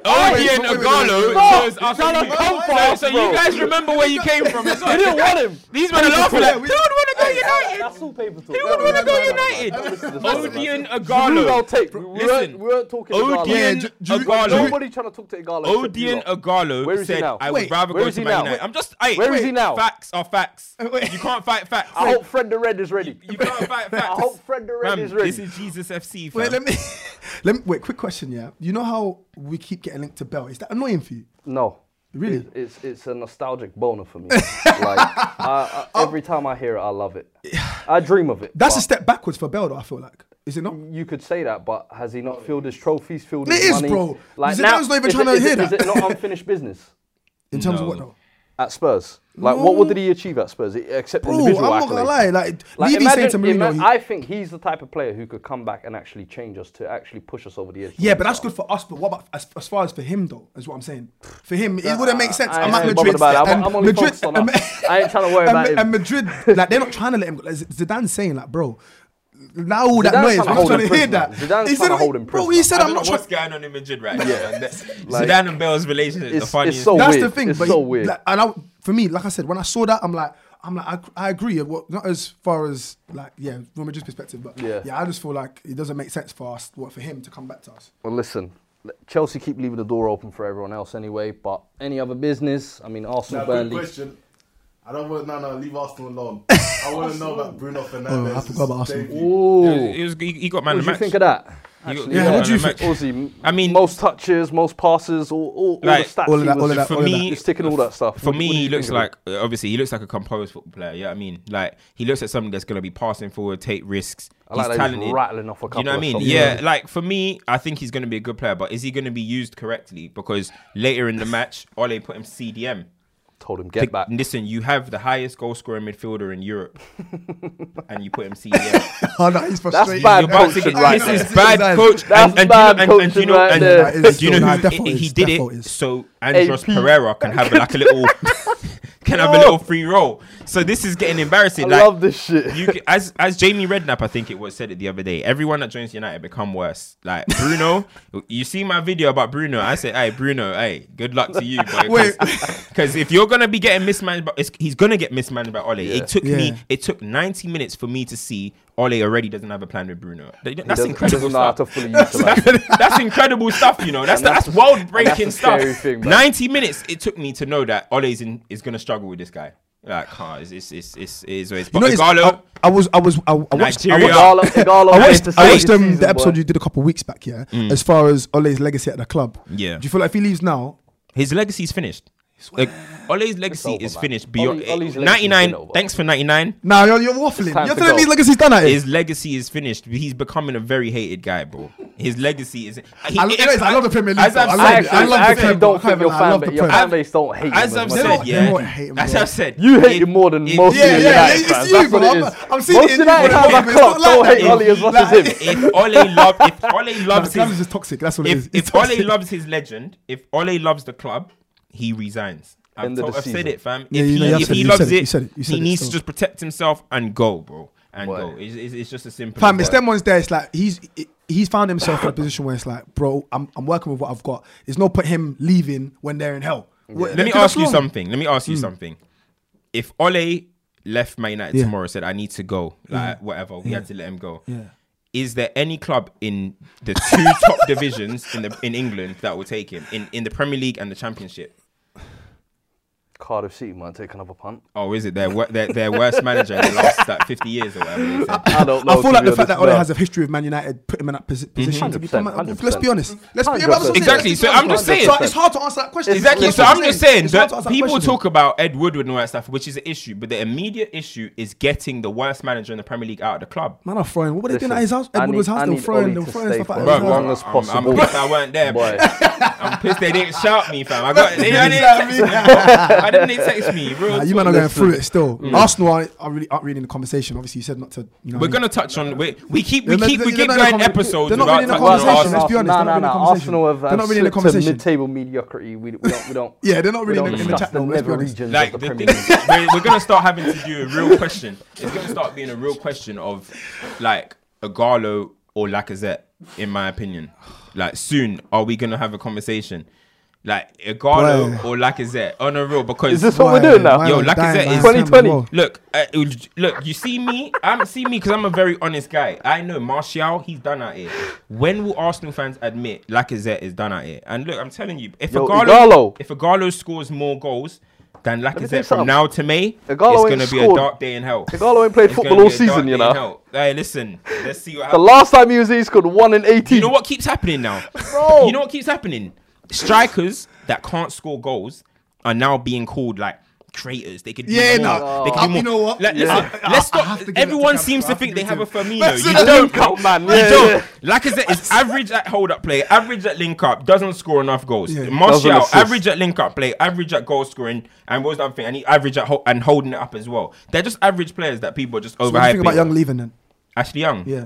S1: Oh,
S4: Wait,
S1: yeah,
S4: wait, wait,
S1: Nagalo
S4: wait,
S1: chose
S2: You're
S1: us.
S2: trying
S1: over
S2: to
S1: you.
S2: come for
S1: So-
S2: us,
S1: So
S2: bro.
S1: you guys remember where you came from. as well.
S2: You didn't want him.
S1: These men are laughing
S4: Yeah,
S1: like,
S4: we-
S1: dude, want to go United.
S2: That's all paper talk.
S1: Who would want to go
S2: Don't listen to
S1: United?
S2: this man.
S1: Odion
S2: Giroud I'll
S1: Agallo.
S2: take. We weren't,
S1: Listen.
S2: we weren't talking Igalo.
S4: Yeah,
S1: Odion
S4: Ju- Ju-
S1: Agallo.
S4: Nobody-
S2: Nobody trying to talk to Igalo. except you
S1: Odion
S2: lot. Where
S1: Agallo
S2: is he
S1: said,
S2: now?
S1: "I would
S4: Wait,
S1: rather
S2: where
S1: go
S2: is
S1: to
S2: he
S1: Man
S2: now?
S1: United." I'm just. Hey,
S2: Where is
S1: wait,
S2: he now?
S1: Facts are facts.
S4: Wait.
S1: You can't fight facts.
S2: I hope Fred the Red is ready.
S1: You can't fight facts.
S2: I hope Fred the Red
S1: Fam,
S2: is ready.
S1: This is Jesus FC.
S4: <laughs> Wait,
S1: fam.
S4: let me, <laughs> let me. Wait, quick question. Yeah, you know how we keep getting linked to Bell? Is that annoying for you?
S2: No.
S4: Really?
S2: It- It's, it's a nostalgic boner for me. <laughs> like, I, I, every time I hear it, I love it. I dream of it.
S4: Oh. That's
S2: but
S4: a step backwards for Bell, though. I feel like, is it not?
S2: You could say that, but has he not filled his trophies, filled his
S4: It is,
S2: money?
S4: bro. Zidane's not even
S2: is
S4: trying
S2: it-
S4: to
S2: is
S4: hear
S2: it- Is
S4: that.
S2: it not unfinished business
S4: In terms of what though?
S2: at Spurs? Like, what, what did he achieve at Spurs, except
S4: Bro, I'm
S2: individual
S4: not gonna
S2: accolades?
S4: lie. Like,
S2: Like,
S4: Levy
S2: imagine,
S4: saying to Mourinho,
S2: ima-
S4: he-
S2: I think he's the type of player who could come back and actually change us to actually push us over the edge.
S4: yeah, but that's good for us. But what about as, as far as for him though? Is what I'm saying. For him, it wouldn't make sense.
S2: I
S4: I'm
S2: ain't
S4: at
S2: bothered
S4: Madrid.
S2: about it. I'm-
S4: and
S2: I'm only
S4: Madrid-
S2: focused on us. I ain't tryna worry
S4: and-
S2: about him.
S4: And Madrid, like they're not trying to let him go. Like, Z- Zidane's saying, like, bro, now all that
S2: Zidane's
S4: noise,
S2: tryna
S4: I'm not
S2: hold
S4: trying
S2: him
S4: to hear
S2: prisoner.
S4: that.
S2: Zidane's
S4: He said,
S2: tryna hold him
S4: Bro, he
S2: prisoner.
S4: said,
S1: I
S4: I'm
S1: don't know
S4: not trying.
S1: what's going on in Madrid right now. man.
S2: <laughs> Like-
S1: Zidane and Bell's relationship is the
S2: It's-
S1: funniest.
S2: it's so
S4: That's
S2: weird.
S4: the thing.
S2: It's
S4: but
S2: so
S4: you-
S2: weird.
S4: like, and I, for me, like I said, when I saw that, I'm like, I'm like, I, I agree. Well, not as far as like, yeah, from Madrid's perspective, but
S2: Yeah.
S4: yeah. I just feel like it doesn't make sense for us, what for him to come
S2: <laughs>
S4: back to us.
S2: Well, listen, l- Chelsea keep leaving the door open for everyone else anyway. But any other business? I mean, Arsenal,
S3: Now, quick
S2: Burnley.
S3: question. I don't want no no leave
S1: <laughs>
S3: Arsenal alone. I want to know about Bruno Fernandes.
S4: Oh, I forgot about Arsenal.
S2: Ooh,
S1: It was- it was- he, he got man
S2: what
S1: of
S2: do
S1: the
S2: you
S1: match.
S2: think of that?
S1: He got-
S2: Actually,
S1: he got
S4: Yeah, what
S1: man
S4: do you
S1: of the
S4: think?
S1: match.
S2: Aussie,
S1: I mean-
S2: most touches, most passes, all, all, all
S1: Like,
S2: the stats.
S4: all of
S2: he
S4: that,
S2: was-
S4: all of that,
S2: for
S4: all of
S2: me,
S4: that.
S2: he's sticking all that stuff.
S1: For
S2: What-
S1: me,
S2: what do
S1: he
S2: you
S1: looks
S2: think of
S1: like uh, obviously he looks like a composed football player. Yeah, I mean, like he looks at something that's gonna be passing forward, take risks.
S2: I like
S1: he's
S2: that he's
S1: talented.
S2: rattling off a
S1: you know
S2: couple
S1: what I
S2: of
S1: mean?
S2: shots.
S1: Yeah, like for me, I think he's gonna be a good player, but is he gonna be used correctly? Because later in the
S2: <laughs>
S1: match, Ole put him CDM.
S2: it? told him get back.
S1: Listen, you have the highest goal scoring midfielder in
S2: <laughs>
S1: Europe, and you put him CDM.
S4: Oh, no, <laughs> he's frustrated.
S2: bad
S1: You're about to
S2: coaching
S1: get,
S2: right
S1: this
S4: there.
S1: is bad
S4: That's
S1: coach.
S2: bad
S1: and, and, do you know- and, and do you
S2: coaching
S1: know,
S2: right
S1: and,
S2: there.
S1: and do you know
S4: Nah,
S1: who,
S4: that fault
S1: he, he
S4: is,
S1: did
S4: that
S1: it
S4: fault is.
S1: so Andros
S2: AP.
S1: Pereira can have like a
S2: <laughs>
S1: little <laughs> can have a little free roll. So this is getting embarrassing.
S2: I
S1: like,
S2: love this <laughs> shit.
S1: You can, as as Jamie Redknapp, I think it was said it the other day. Everyone that joins United become worse. Like Bruno, <laughs> you see my video about Bruno. I said, "Hey Bruno, hey, good luck to you,
S4: Wait.
S1: because if you're gonna be getting mismanaged, by, it's, he's gonna get mismanaged by Ole. It took me,
S4: Yeah.
S1: it took 90 minutes for me to see Ole already doesn't have a plan with Bruno. That-
S2: He
S1: That's
S2: doesn't-
S1: incredible
S2: doesn't know how
S1: stuff.
S2: to fully utilize.
S1: <laughs>
S2: it.
S1: That's incredible stuff, you know. That's
S2: And that's
S1: that's,
S2: the-
S1: world breaking
S2: and that's the scary
S1: stuff.
S2: thing, man.
S1: 90 minutes it took me to know that Ole's in, is gonna struggle with this guy. Like, huh, it's it's it's it's, it's, it's
S4: You
S1: but
S4: know, it's-
S1: Igalo,
S4: I, I was, I was, I, I watched, I
S1: Nigeria.
S4: watched
S2: Igalo- Igalo
S4: I
S2: had
S4: watched,
S2: to
S4: I
S2: save
S4: watched
S2: his
S4: um,
S2: season,
S4: the episode
S2: boy.
S4: you did a couple weeks back, yeah. As far as Ole's legacy at the club,
S1: Mm. Yeah.
S4: Do you feel like if he leaves now,
S1: his legacy's finished. Like Ole's legacy
S2: over,
S1: is
S2: man.
S1: finished beyond
S2: Ole- Ole's legacy's been
S1: 99.
S2: over.
S1: Thanks for 99.
S4: nah, you're, you're waffling.
S2: time
S4: You're
S2: to
S4: telling
S2: go.
S4: me his legacy's done at it.
S1: His legacy is finished. He's becoming a very hated guy, bro. His legacy is. He,
S4: I lo- anyways, I love the Premier League,
S1: As I've
S4: though.
S1: said,
S2: I
S4: love it.
S2: actually,
S4: I love
S2: I
S4: the
S2: actually
S4: Prem,
S2: don't
S4: bro. I
S2: think your
S4: can't lie, I
S2: fan,
S4: love
S2: ba-
S4: the
S2: your
S4: Prem.
S2: fan base don't
S1: as
S2: hate him.
S1: I've
S2: as
S4: They
S2: much
S1: said,
S4: don't-
S2: as-
S4: they
S1: yeah.
S4: won't hate him,
S1: As
S4: bro.
S1: I've said,
S2: You hate
S1: it-
S2: him more than
S1: it-
S2: most
S4: Yeah,
S2: United
S4: yeah,
S2: fans.
S4: it's you,
S2: That's
S4: bro.
S2: what it
S4: I'm-
S2: is.
S4: I'm seeing
S2: most
S4: it in you,
S2: United
S4: bro.
S2: fans
S4: It's
S2: I
S4: not
S2: can't
S4: like
S2: don't
S4: that,
S2: hate
S4: bro.
S2: Oli as much
S4: Like-
S2: as him.
S1: If Ole loved, if Ole
S4: Nah,
S1: loves
S4: Gallus
S1: his,
S4: is toxic. That's what it is.
S1: if,
S4: It's
S1: if Ole
S4: toxic.
S1: loves his legend, if Ole loves the club, he resigns. I've,
S2: End of
S1: told,
S2: the
S1: I've said
S2: season.
S1: it, fam.
S4: Yeah,
S1: if
S4: you
S1: he,
S4: know, you
S1: if
S4: said it,
S1: he
S4: you
S1: loves
S4: said it,
S1: it,
S4: you said it, you said
S1: he
S4: it,
S1: needs
S4: so.
S1: to just protect himself and go, bro, and
S2: Why?
S1: go. It's, it's, it's just as simple.
S4: Fam,
S1: as
S4: it's
S1: that.
S4: them ones there. It's like he's he's found himself in a position where it's like, bro, I'm I'm working with what I've got. It's no put him leaving when they're in hell. What-
S1: Let me
S4: because
S1: ask
S4: that's
S1: you
S4: wrong.
S1: something. Let me ask
S4: Mm.
S1: you something. If Ole left Man United
S4: Yeah.
S1: tomorrow, said I need to go, like whatever, we had to let him go.
S4: Yeah.
S1: Is there any club in the two
S4: <laughs>
S1: top divisions in the in England that will take him in in the Premier League and the Championship?
S2: Cardiff City might take another punt.
S1: Oh, is it their wor- their, their worst manager in the last like fifty years or whatever?
S4: <laughs>
S1: they said?
S2: I don't know.
S4: I feel
S2: to
S4: like
S2: be
S4: the fact that
S2: honest,
S4: Ole
S2: no. Mm-hmm.
S4: has a history of Man United put him in that posi- position to
S2: 100%,
S4: become. a-
S2: 100%.
S4: Let's be honest. Let's be
S2: 100%.
S4: honest.
S1: Exactly, so I'm just saying-
S4: So it's hard to answer that question.
S1: Exactly.
S4: That's
S1: So
S4: what
S1: I'm just saying
S4: It's hard to
S1: that
S4: answer
S1: people
S4: question.
S1: talk about Ed Woodward and all that stuff, which is an issue. But the immediate issue is getting the worst manager in the Premier League out of the club.
S4: Man, I'm throwing. What were they doing
S2: Listen,
S4: at his house?
S2: I
S4: Edward was
S2: need- I
S4: house. They were
S2: need
S4: throwing.
S2: Oli
S4: They were
S2: to
S4: throwing
S2: stay
S4: stuff
S2: for
S4: out of
S1: Bro,
S2: as
S4: his
S2: long
S4: house.
S1: I'm-
S2: as
S1: I'm,
S2: possible.
S1: I'm pissed I weren't there.
S2: Boy.
S1: I'm pissed they didn't shout me, fam. I got, they, I didn't text me. I didn't they text me, real
S4: Nah, you
S1: talk.
S4: man are going through it still. Arsenal are, are really aren't really in the conversation. Obviously, you said not to. You know
S1: We're
S4: what I mean?
S1: gonna touch on. We, we keep we
S4: They're not-
S1: keep we
S4: they're
S1: keep
S4: not in
S1: going
S4: the conver-
S1: episodes
S4: they're not
S1: without
S4: really in the
S1: touching
S4: conversation.
S1: on Arsenal.
S4: Let's be honest,
S2: No,
S4: they're
S2: no,
S4: not really in the
S2: no.
S4: conversation.
S2: Arsenal have,
S5: uh,
S4: They're
S2: have
S4: not really in the
S2: slipped to
S4: conversation.
S2: mid-table mediocrity. We, we don't. We don't
S4: <laughs> Yeah, they're not
S2: we
S4: really
S2: don't
S4: in the, in the
S2: discuss
S4: chat.
S2: the
S4: no, let's be
S2: nether
S4: honest.
S2: regions
S1: Like
S2: of
S1: the
S2: the
S1: thing,
S2: Premier League.
S1: is, we're, we're
S2: <laughs>
S1: gonna start having to do a real question. It's gonna start being a real question of like Agallo or Lacazette, in my opinion. Like soon, are we gonna have a conversation? like Igalo or Lacazette on a real because
S2: Is this what we're doing now?
S1: Yo,
S4: I'm
S1: Lacazette
S4: dying,
S1: is-
S4: man.
S2: 2020.
S4: Whoa.
S1: Look, uh, it was- look. You see me? I'm see me because I'm a very honest guy. I know Martial. He's done out here. When will Arsenal fans admit Lacazette is done out here? And look, I'm telling you, if
S2: Yo,
S1: Igalo,
S2: Ighalo.
S1: if Igalo scores more goals than
S2: me
S1: Lacazette
S2: tell you
S1: from
S2: something.
S1: now to May,
S2: Ighalo
S1: it's
S2: ain't
S1: gonna be a
S2: scored.
S1: dark day in hell.
S2: Ighalo ain't played
S1: It's gonna
S2: football all
S1: be a dark
S2: season, you
S1: day in
S2: know.
S1: hell. Hey, listen. Let's see what
S2: The
S1: happens.
S2: last time he was here, he scored one in 18.
S1: You know what keeps happening now?
S2: Bro.
S1: You know what keeps happening? Strikers that can't score goals are now being called like traitors. They could do
S4: Yeah,
S1: more.
S4: no.
S1: They could
S4: Uh,
S1: do more.
S4: you know what?
S1: Like,
S4: Yeah.
S1: listen,
S4: I- I-
S1: let's
S4: I
S1: not-
S4: have to give it
S1: everyone
S4: to Gakpo.
S1: seems
S4: I
S1: to
S4: have
S1: think
S4: to
S1: they
S4: give
S1: have a
S4: it to him.
S1: Firmino.
S4: That's
S1: you
S4: it.
S1: don't,
S2: Link up, man.
S1: You
S2: Yeah,
S1: don't. Lacazette is average at hold up play, average at link up, doesn't score enough goals.
S4: Yeah.
S1: Martial,
S2: Doesn't assist.
S1: average at link up play, average at goal scoring, and what was the other thing? And he average at ho- and holding it up as well. They're just average players that people are just
S4: What do you
S1: overhyping.
S4: think about Young leaving then?
S1: Ashley Young.
S4: Yeah.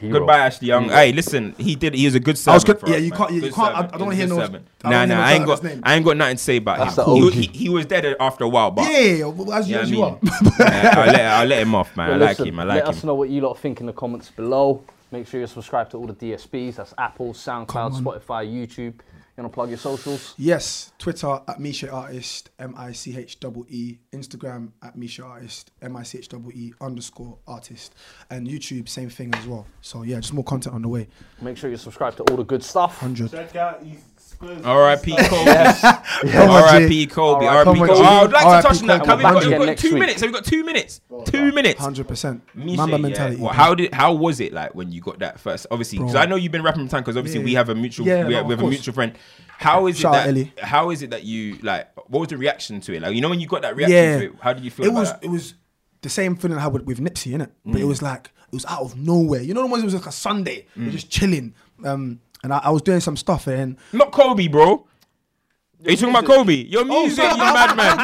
S2: Hero.
S1: Goodbye, Ashley Young. Hey, listen, he did. He was a good servant.
S4: was good-
S1: for us,
S4: yeah, you
S1: man.
S4: can't- you
S1: Good
S4: can't- I-
S1: servant. He
S4: I don't
S1: was
S4: wanna
S1: a
S4: hear
S1: good
S4: no-
S1: servant.
S4: I don't
S1: Nah,
S4: wanna hear
S1: nah,
S4: no
S1: I ain't
S4: Charlotte's
S1: got.
S4: name.
S1: I ain't got nothing to say about
S2: That's
S1: him.
S2: the
S1: He,
S2: OG.
S1: he, he was dead after a while, but
S4: Yeah, well, as,
S1: you know what I
S4: as you
S1: mean?
S4: are.
S1: <laughs> Yeah, I'll, let, I'll let him off, man. I
S5: Well,
S1: like
S5: listen,
S1: him. I
S5: let
S1: like
S5: us
S1: him.
S5: know what you lot think in the comments below. Make sure you're subscribed to all the DSPs. That's Apple, SoundCloud, Spotify, YouTube. You want to plug your socials?
S4: Yes, Twitter at Misha Artist, M I C H E E, Instagram at Misha Artist, M I C H E E underscore artist, and YouTube, same thing as well. So, yeah, just more content on the way.
S5: Make sure you're subscribed to all the good stuff.
S4: 100.
S3: Check out his Spurs.
S1: R.I.P. Kobe.
S4: R.I.p.
S1: R.I.P.
S5: R.I.P.
S1: Kobe. R.I.P. Kobe.
S4: Kobe.
S1: Oh, I'd like
S4: R.I.P.
S1: to touch on that.
S4: Kobe.
S1: Can we- We've got,
S5: Back
S1: we've
S5: again
S1: got
S5: next
S1: two
S5: week.
S1: minutes. We've got two minutes. Two minutes.
S4: 100%.
S1: Me say,
S4: Mamba
S1: yeah.
S4: mentality.
S1: Well,
S4: bro.
S1: how did how was it like when you got that first? Obviously, because
S4: Bro.
S1: I know you've been rapping time because obviously
S4: Yeah.
S1: we have a mutual
S4: Yeah,
S1: we,
S4: no,
S1: have,
S4: of
S1: we have a
S4: course.
S1: mutual friend. How is
S4: Shout out
S1: it that
S4: Ellie.
S1: how is it that you like? What was the reaction to it? Like you know when you got that reaction
S4: yeah.
S1: to it, how did you feel?
S4: It
S1: about
S4: was
S1: that? Mm.
S4: it was the same feeling I had with, with Nipsey, innit? But it was like it was out of nowhere. You know the ones it was like a Sunday, we
S1: Mm.
S4: we're just chilling. Um and I, I was doing some stuff and
S1: Not Kobe, bro. Are you talking about Kobe? Your music, you
S4: <laughs>
S1: madman.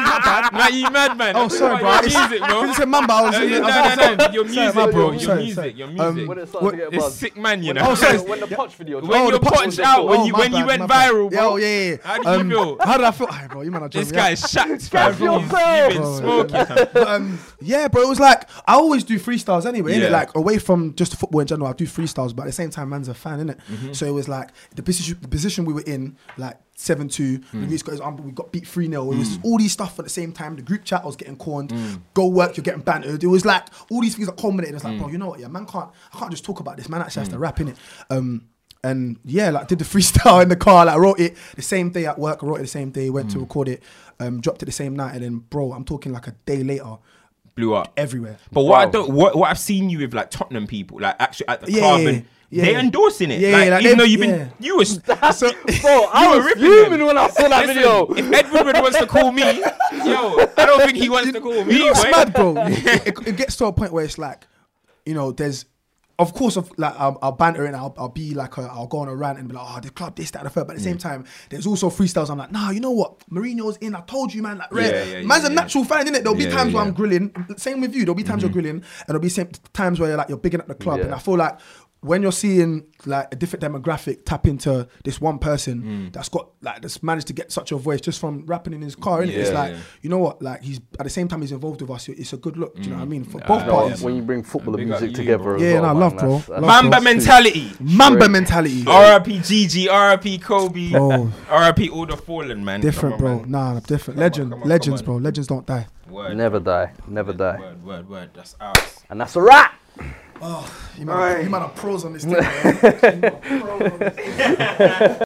S1: Nah, you madman.
S4: Oh, sorry, bro.
S1: Your
S4: It's- <laughs>
S1: music, bro.
S4: You said Mamba, I was,
S1: No,
S4: I was,
S1: no,
S4: I was-
S1: no, no. Your
S4: Sorry,
S1: music,
S4: my
S1: bro.
S4: bro.
S1: Your
S4: Sorry,
S1: music,
S4: sorry.
S1: your
S4: Um,
S1: music.
S5: When it started
S4: What-
S5: to get
S1: It's
S5: buzz.
S1: sick, man. You
S5: When-
S1: know.
S4: Oh, sorry. <laughs>
S5: When the punch video.
S1: When
S4: the
S1: you
S4: punch
S1: punched
S4: was
S1: out, when
S4: Oh,
S1: you
S4: my
S1: when
S4: bad,
S1: you went
S4: my bad.
S1: viral,
S4: Yeah,
S1: bro.
S4: oh, yeah, yeah.
S1: How did you feel?
S4: How did I feel? Aye, bro, you man, are
S1: This
S4: drunk,
S1: guy
S4: yeah.
S1: is shacked, fam.
S5: Gas yourself.
S1: You've been smoking.
S4: But, um, yeah, bro, it was like I always do freestyles anyway, innit?
S1: Yeah.
S4: Like away from just football in general, I do freestyles, but at the same time, man's a fan, innit? So it was like the position, the position we were in, like seven two, Luis got his arm, but um, we got beat three 0 It was all these stuff at the same time. The group chat, I was getting corned. Go work, you're getting bantered. It was like all these things are culminating. It's like, bro, you know what? Yeah, man can't, I can't just talk about this. Man actually has to rap, innit? Um, and yeah, like did the <laughs> freestyle in the car. Like wrote it the same day at work. I wrote it the same day. Went to record it. Um, dropped it the same night. And then, bro, I'm talking like a day later,
S1: Blew up.
S4: everywhere.
S1: But what I
S5: Wow.
S1: don't, what, what I've seen you with like Tottenham people, like actually at the
S4: Yeah,
S1: club,
S4: yeah,
S1: and
S4: yeah.
S1: they're endorsing it.
S4: Yeah,
S1: like,
S4: yeah, like
S1: even
S4: they-
S1: though you've been,
S4: yeah.
S1: you was.
S4: <laughs> So
S5: Bro,
S1: <laughs> You
S5: I
S1: were
S5: was
S1: ripping
S5: fuming
S1: them.
S5: when I saw that
S1: Listen,
S5: video.
S1: If Ed Woodward wants to call me,
S4: <laughs>
S1: yo, I don't think he wants to call me.
S4: you know what's
S1: boy. <laughs>
S4: mad, bro? It, it- it gets to a point where it's like, you know, there's, of course, of like I'll, I'll banter and I'll, I'll be like, i I'll go on a rant and be like, oh, the club, this, that, and the third. But at the same
S1: Mm.
S4: time, there's also freestyles. I'm like, nah, you know what? Mourinho's in. I told you, man. Like, rare.
S1: Yeah, yeah,
S4: man's
S1: yeah,
S4: a
S1: yeah.
S4: natural fan, innit? There'll be
S1: Yeah,
S4: times where
S1: yeah. Mm-hmm.
S4: I'm grilling. Same with you. There'll be times you're grilling, and there'll be same times where you're like you're bigging up the club.
S2: Yeah.
S4: And I feel like. When you're seeing like a different demographic tap into this one person
S1: Mm.
S4: that's got like that's managed to get such a voice just from rapping in his car, innit? it's
S1: Yeah,
S4: like
S1: yeah.
S4: you know what? Like he's at the same time he's involved with us. It's a good look. Do you know what I mean? For
S1: Ah,
S4: both
S1: no,
S4: parties.
S1: yeah.
S2: when you bring football and
S1: Big up
S2: music
S1: you,
S2: together
S1: bro.
S2: as
S4: Yeah,
S2: well,
S4: nah,
S2: man,
S4: love,
S2: that's-
S4: bro.
S2: that's-
S4: Love.
S1: Mamba
S4: Bro.
S1: mentality.
S4: Mamba mentality.
S1: R.I.P. Gigi, R.I.P. Kobe,
S4: Bro.
S1: R.I.P. All the fallen man.
S4: Different,
S1: Come
S4: bro.
S1: on,
S4: Nah, nah, different. Legend,
S1: come on,
S4: legends,
S1: come
S4: bro. Legends don't die.
S1: man. Word,
S2: Never die, never die.
S1: word, word, word. That's ours.
S2: And that's a wrap.
S1: <laughs>
S4: You man, you man are pros on this thing.